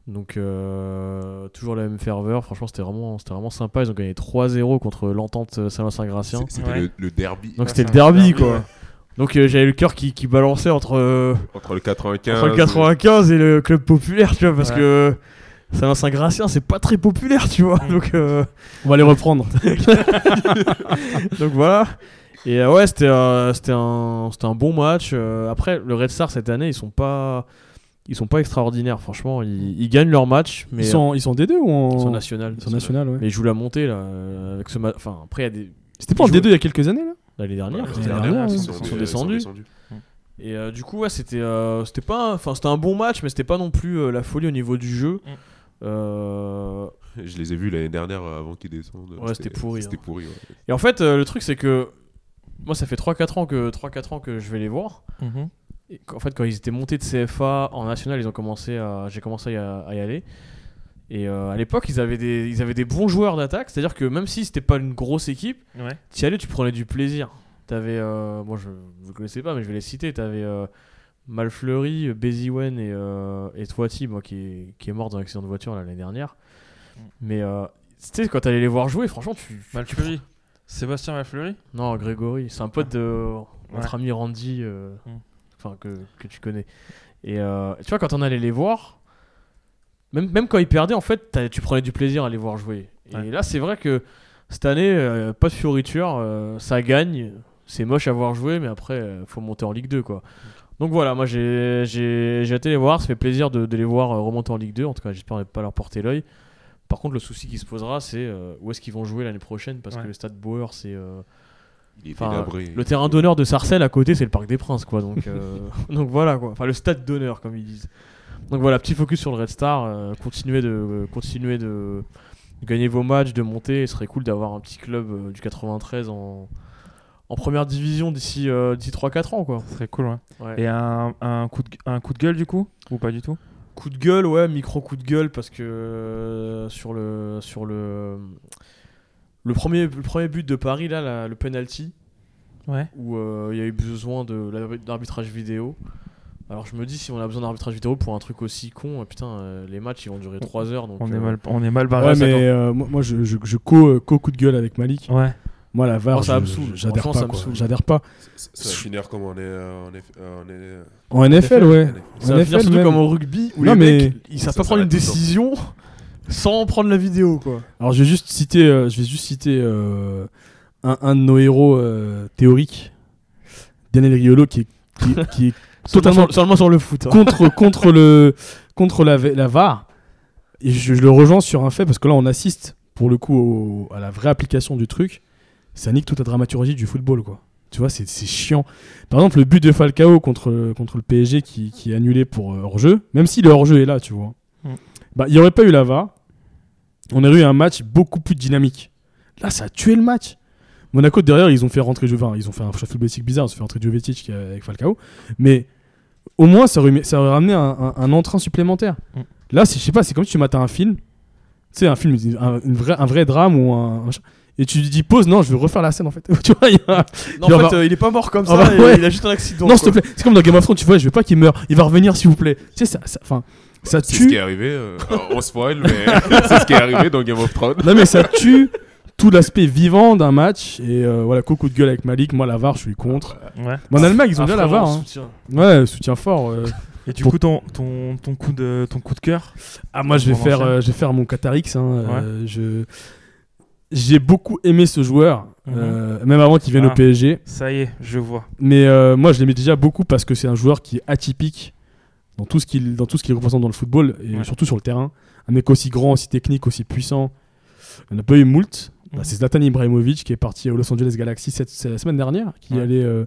Donc euh, toujours la même ferveur. Franchement, c'était vraiment c'était vraiment sympa. Ils ont gagné 3-0 contre l'entente euh, Saint-Vincent-Gratien. C'est- C'était Ouais. le, le derby Donc Ouais, c'était c'est le un derby derby, ouais. quoi. Donc euh, j'avais le cœur qui, qui balançait entre euh, entre le 95. entre le 95 et le club populaire, tu vois, parce Ouais. que Saint-Vincent-Gratien c'est pas très populaire, tu vois. Mm. Donc euh, On va les reprendre. Donc voilà. Et euh, ouais, c'était euh, c'était un, c'était un bon match. Euh, après, le Red Star cette année, ils sont pas, ils sont pas extraordinaires, franchement. Ils, ils gagnent leur match, mais ils, sont, ils sont D2 ou en. euh, ils sont nationales. Ils sont national, ouais. Mais ils jouent la montée, là. euh, Avec ce ma- Enfin, après, il y a des. C'était pas en ils jouent- D2 il y a quelques années, là L'année dernière. c'était l'année dernière, ils ouais. sont, Ils sont ils sont descendus. descendus. Et euh, du coup, ouais, c'était euh, c'était pas. un- Enfin, c'était un bon match, mais c'était pas non plus euh, la folie au niveau du jeu. Mm. Euh, Je les ai vus l'année dernière euh, avant qu'ils descendent. Ouais, c'était pourri, C'était hein. pourri, ouais. Et en fait, euh, le truc, c'est que. Moi, ça fait 3-4 ans, que- 3-4 ans que je vais les voir. Mhm. Et qu- en fait, quand ils étaient montés de CFA en national, ils ont commencé à, j'ai commencé à y, a- à y aller. Et euh, à l'époque, ils avaient des, ils avaient des bons joueurs d'attaque. C'est-à-dire que même si c'était pas une grosse équipe, ouais. t'y allais, tu prenais du plaisir. T'avais, euh, moi je vous connaissais pas, mais je vais les citer. T'avais euh, Malfleury, Beziwen et, euh, et Toiti, moi qui est, qui est mort dans un accident de voiture là, l'année dernière. Mais euh, tu sais, quand t'allais les voir jouer, franchement, tu, tu- Malfleury. Sébastien Malfleury. non, Grégory, c'est un pote de notre Ouais. ami Randy, euh, Mm. enfin que, que tu connais. Et euh, tu vois, quand on allait les voir, même, même quand ils perdaient, en fait, t'as- tu prenais du plaisir à les voir jouer. Et Ouais. là, c'est vrai que cette année, euh, pas de fioriture, euh, ça gagne. C'est moche à voir jouer, mais après, euh, faut monter en Ligue 2, quoi. Donc voilà, moi j'ai j'ai- j'ai hâte de les voir, ça fait plaisir de, de les voir euh, remonter en Ligue 2, en tout cas j'espère ne pas leur porter l'œil. Par contre le souci qui se posera c'est euh, où est-ce qu'ils vont jouer l'année prochaine parce Ouais. que le stade Bauer c'est euh, Il est Enfin, délabré. le terrain d'honneur de Sarcelles à côté, c'est le Parc des Princes, quoi. Donc, euh, donc voilà, quoi. Enfin, le stade d'honneur, comme ils disent. Donc voilà, petit focus sur le Red Star. euh, continuez de, continuez de gagner vos matchs, de monter. Ce serait cool d'avoir un petit club euh, du 93 en, en en première division d'ici euh, d'ici 3-4 ans. Quoi. Ce serait cool, ouais. Ouais. Et un, un coup de, un coup de gueule, du coup Ou pas du tout Coup de gueule, ouais, micro coup de gueule, parce que euh, sur le sur le le premier le premier but de Paris là, la- le penalty Ouais. où euh, il y a eu besoin de l'arbi- d'arbitrage vidéo. Alors je me dis si on a besoin d'arbitrage vidéo pour un truc aussi con, euh, putain, euh, les matchs ils vont durer 3 heures donc On euh, est mal, on est mal barré. ouais, ça, mais euh, moi, moi, je, je, je co, euh, co coup de gueule avec Malik. quand- Ouais. Moi, la VAR, Oh, ça je- me saoule. je- j'adhère Franchement, pas. ça me quoi. saoule. J'adhère pas. Ça ça va finir comme on est. euh, on est- euh, on En est- NFL, ouais. Ça En va finir NFL, surtout même. comme au rugby où Non, les mais- mecs ils savent Ça pas prendre une s'arrête tout le temps. décision sans prendre la vidéo quoi. Alors, je vais juste citer, euh, je vais juste citer euh, un, un de nos héros euh, théoriques, Daniel Riolo, qui est, qui, est- qui est Totalement- Totalement sur, seulement sur le foot. hein. contre, contre, le, contre la, la VAR. Et je, je le rejoins sur un fait, parce que là, on assiste, pour le coup, au- à la vraie application du truc. Ça nique toute la dramaturgie du football, quoi. Tu vois, c'est c'est chiant. Par exemple, le but de Falcao contre, contre le PSG qui, qui est annulé pour euh, hors-jeu, même si le hors-jeu est là, tu vois. Mm. Bah, Il n'y aurait pas eu la VAR. On aurait eu un match beaucoup plus dynamique. Là, ça a tué le match. Monaco, derrière, ils ont fait rentrer Jovetic. Ils ont fait un shuffle basic bizarre. Ils ont fait rentrer Jovetic qui est avec Falcao. Mais au moins, ça aurait, mis- ça aurait ramené un, un- un entrain supplémentaire. Mm. Là, c'est- je sais pas, c'est comme si tu matais un film. Tu sais, un film, un, une vraie- un vrai drame ou un. un machin. Et tu dis pause, non, je veux refaire la scène en fait. tu vois, il y a un- Non, Genre, en fait, bah- euh, il est pas mort comme ça, Ah bah il- ouais. il a juste un accident. non, quoi. s'il te plaît. C'est comme dans Game of Thrones, tu vois, je veux pas qu'il meure. Il va revenir, s'il vous plaît. Tu sais, ça, ça, enfin, ça C'est ce qui tue. est arrivé. euh, alors, on spoil, mais c'est ce qui est arrivé dans Game of Thrones. Non, mais ça tue tout l'aspect vivant d'un match. Et euh, voilà, coup de gueule avec Malik. Moi, la VAR, je suis contre. Euh, ouais. Mais en Allemagne, ils ont Ah, bien la frérot, VAR. on hein. soutient. Ouais, soutien fort. euh. Et du Pour- coup, ton, ton, ton, coup de, ton coup de cœur Ah, moi, je vais, On faire, enchaîne. euh, je vais faire mon Qatar X. hein, euh, je... J'ai beaucoup aimé ce joueur, Mhm. euh, même avant qu'il vienne Ah. au PSG. Ça y est, je vois. Mais euh, moi, je l'aimais déjà beaucoup parce que c'est un joueur qui est atypique dans tout ce qu'il dans tout ce qu'il représente dans le football et Ouais. surtout sur le terrain. Un mec aussi grand, aussi technique, aussi puissant. On n'a pas eu moult. Bah, Mhm. c'est Zlatan Ibrahimovic qui est parti au Los Angeles Galaxy cette, c'est la semaine dernière, qui Ouais. allait euh,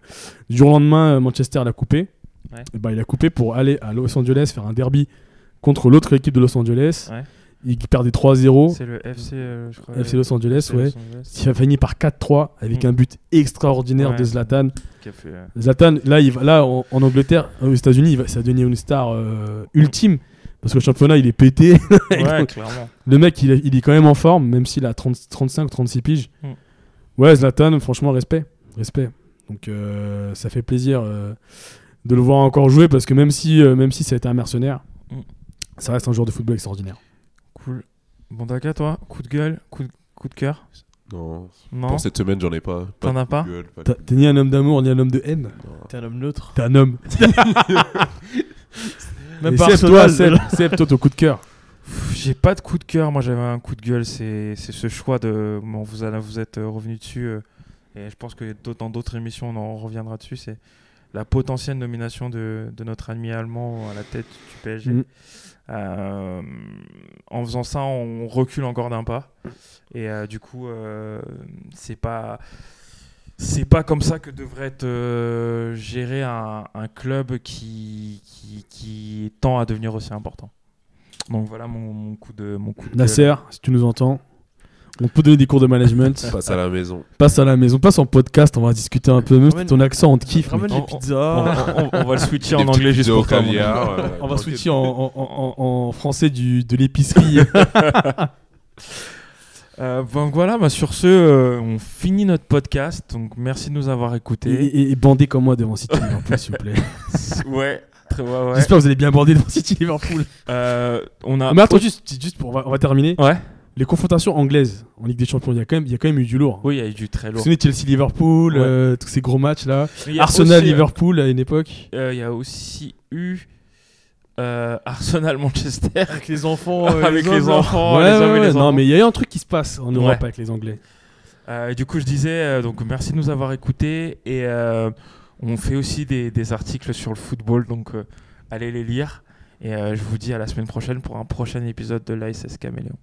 du jour au lendemain euh, Manchester l'a coupé. Ouais. Et bah, il a coupé pour aller à Los Angeles faire un derby contre l'autre équipe de Los Angeles. Ouais. Il perdait 3-0 C'est le FC, euh, je crois. FC Oh. Los Angeles, FC ouais. Angeles Il a fini par 4-3 avec Mhm. un but extraordinaire Ouais. de Zlatan. qui a fait, euh, Zlatan, là, il va, là en, en Angleterre, euh, aux États-Unis, il va- ça va devenir une star euh, ultime. Parce que le championnat, il est pété. Ouais, clairement. le mec, il, est- il est quand même en forme, même s'il a 30, 35 ou 36 piges. Mm. Ouais, Zlatan, franchement, respect. Respect. Donc, euh, ça fait plaisir euh, de le voir encore jouer parce que même si, euh, même si ça a été un mercenaire, Mm. ça reste un joueur de football extraordinaire. Cool. Bondaka, toi, coup de gueule, coup de, coup de cœur Non, Non pour cette semaine, j'en ai pas. Hein T'en de as coup pas de gueule, pas de- T'as- T'es ni un homme d'amour, ni un homme de haine. T'es un homme neutre. T'es un homme. Même Et pas Seb, toi, Arsenal. Seb, Seb, toi, ton coup de cœur. Pff, J'ai pas de coup de cœur. Moi, j'avais un coup de gueule. C'est c'est ce choix de. Bon, vous, allez- vous êtes revenu dessus. euh, et je pense que d'aut- dans d'autres émissions, on en reviendra dessus. C'est la potentielle nomination de, de notre ami allemand à la tête du PSG. Mm. Euh, en faisant ça, on recule encore d'un pas. Et euh, du coup, euh, c'est pas. C'est pas comme ça que devrait être euh, géré un, un club qui, qui, qui tend à devenir aussi important. Donc voilà mon, mon coup de mon coup de gueule. Nasser, si tu nous entends, on peut donner des cours de management. Passe à la maison. Passe à la maison, passe en podcast, on va discuter un peu. Même si Ramène- ton accent, on te kiffe. mec. Ramène les On pizzas. va, on- on va le switcher Des en petites anglais juste vidéos pour toi, mon gars. caviar, On euh, va tranquille. switcher en, en- en- en- en français du, de l'épicerie. Euh, donc voilà, bah, sur ce, euh, on finit notre podcast. Donc merci de nous avoir et, écoutés. et, et bandé comme moi devant City Liverpool, s'il vous plaît. ouais, très ouais, ouais. J'espère que vous allez bien bander devant City Liverpool. Euh, on a. Mais attends, juste, juste pour, on, va, on va terminer. Ouais. Les confrontations anglaises en Ligue des Champions, il y a quand même, il y a quand même eu du lourd. Oui, il y a eu du très Vous vous lourd. souvenez de Chelsea-Liverpool, Ouais. euh, tous ces gros matchs-là. Mais il y a aussi, euh, Arsenal-Liverpool à une époque. euh, Il y a aussi eu euh, Arsenal-Manchester Avec les enfants. euh, avec Oh, les hommes, là. enfants. Oh, Ouais, les hommes et ouais, les ouais. non, enfants. mais il y a eu un truc qui se passe en Europe Ouais. avec les Anglais. Euh, et du coup, je disais, euh, donc merci de nous avoir écoutés. Et euh, on fait aussi des, des articles sur le football, donc euh, allez les lire. Et euh, je vous dis à la semaine prochaine pour un prochain épisode de l'ISS Caméléon.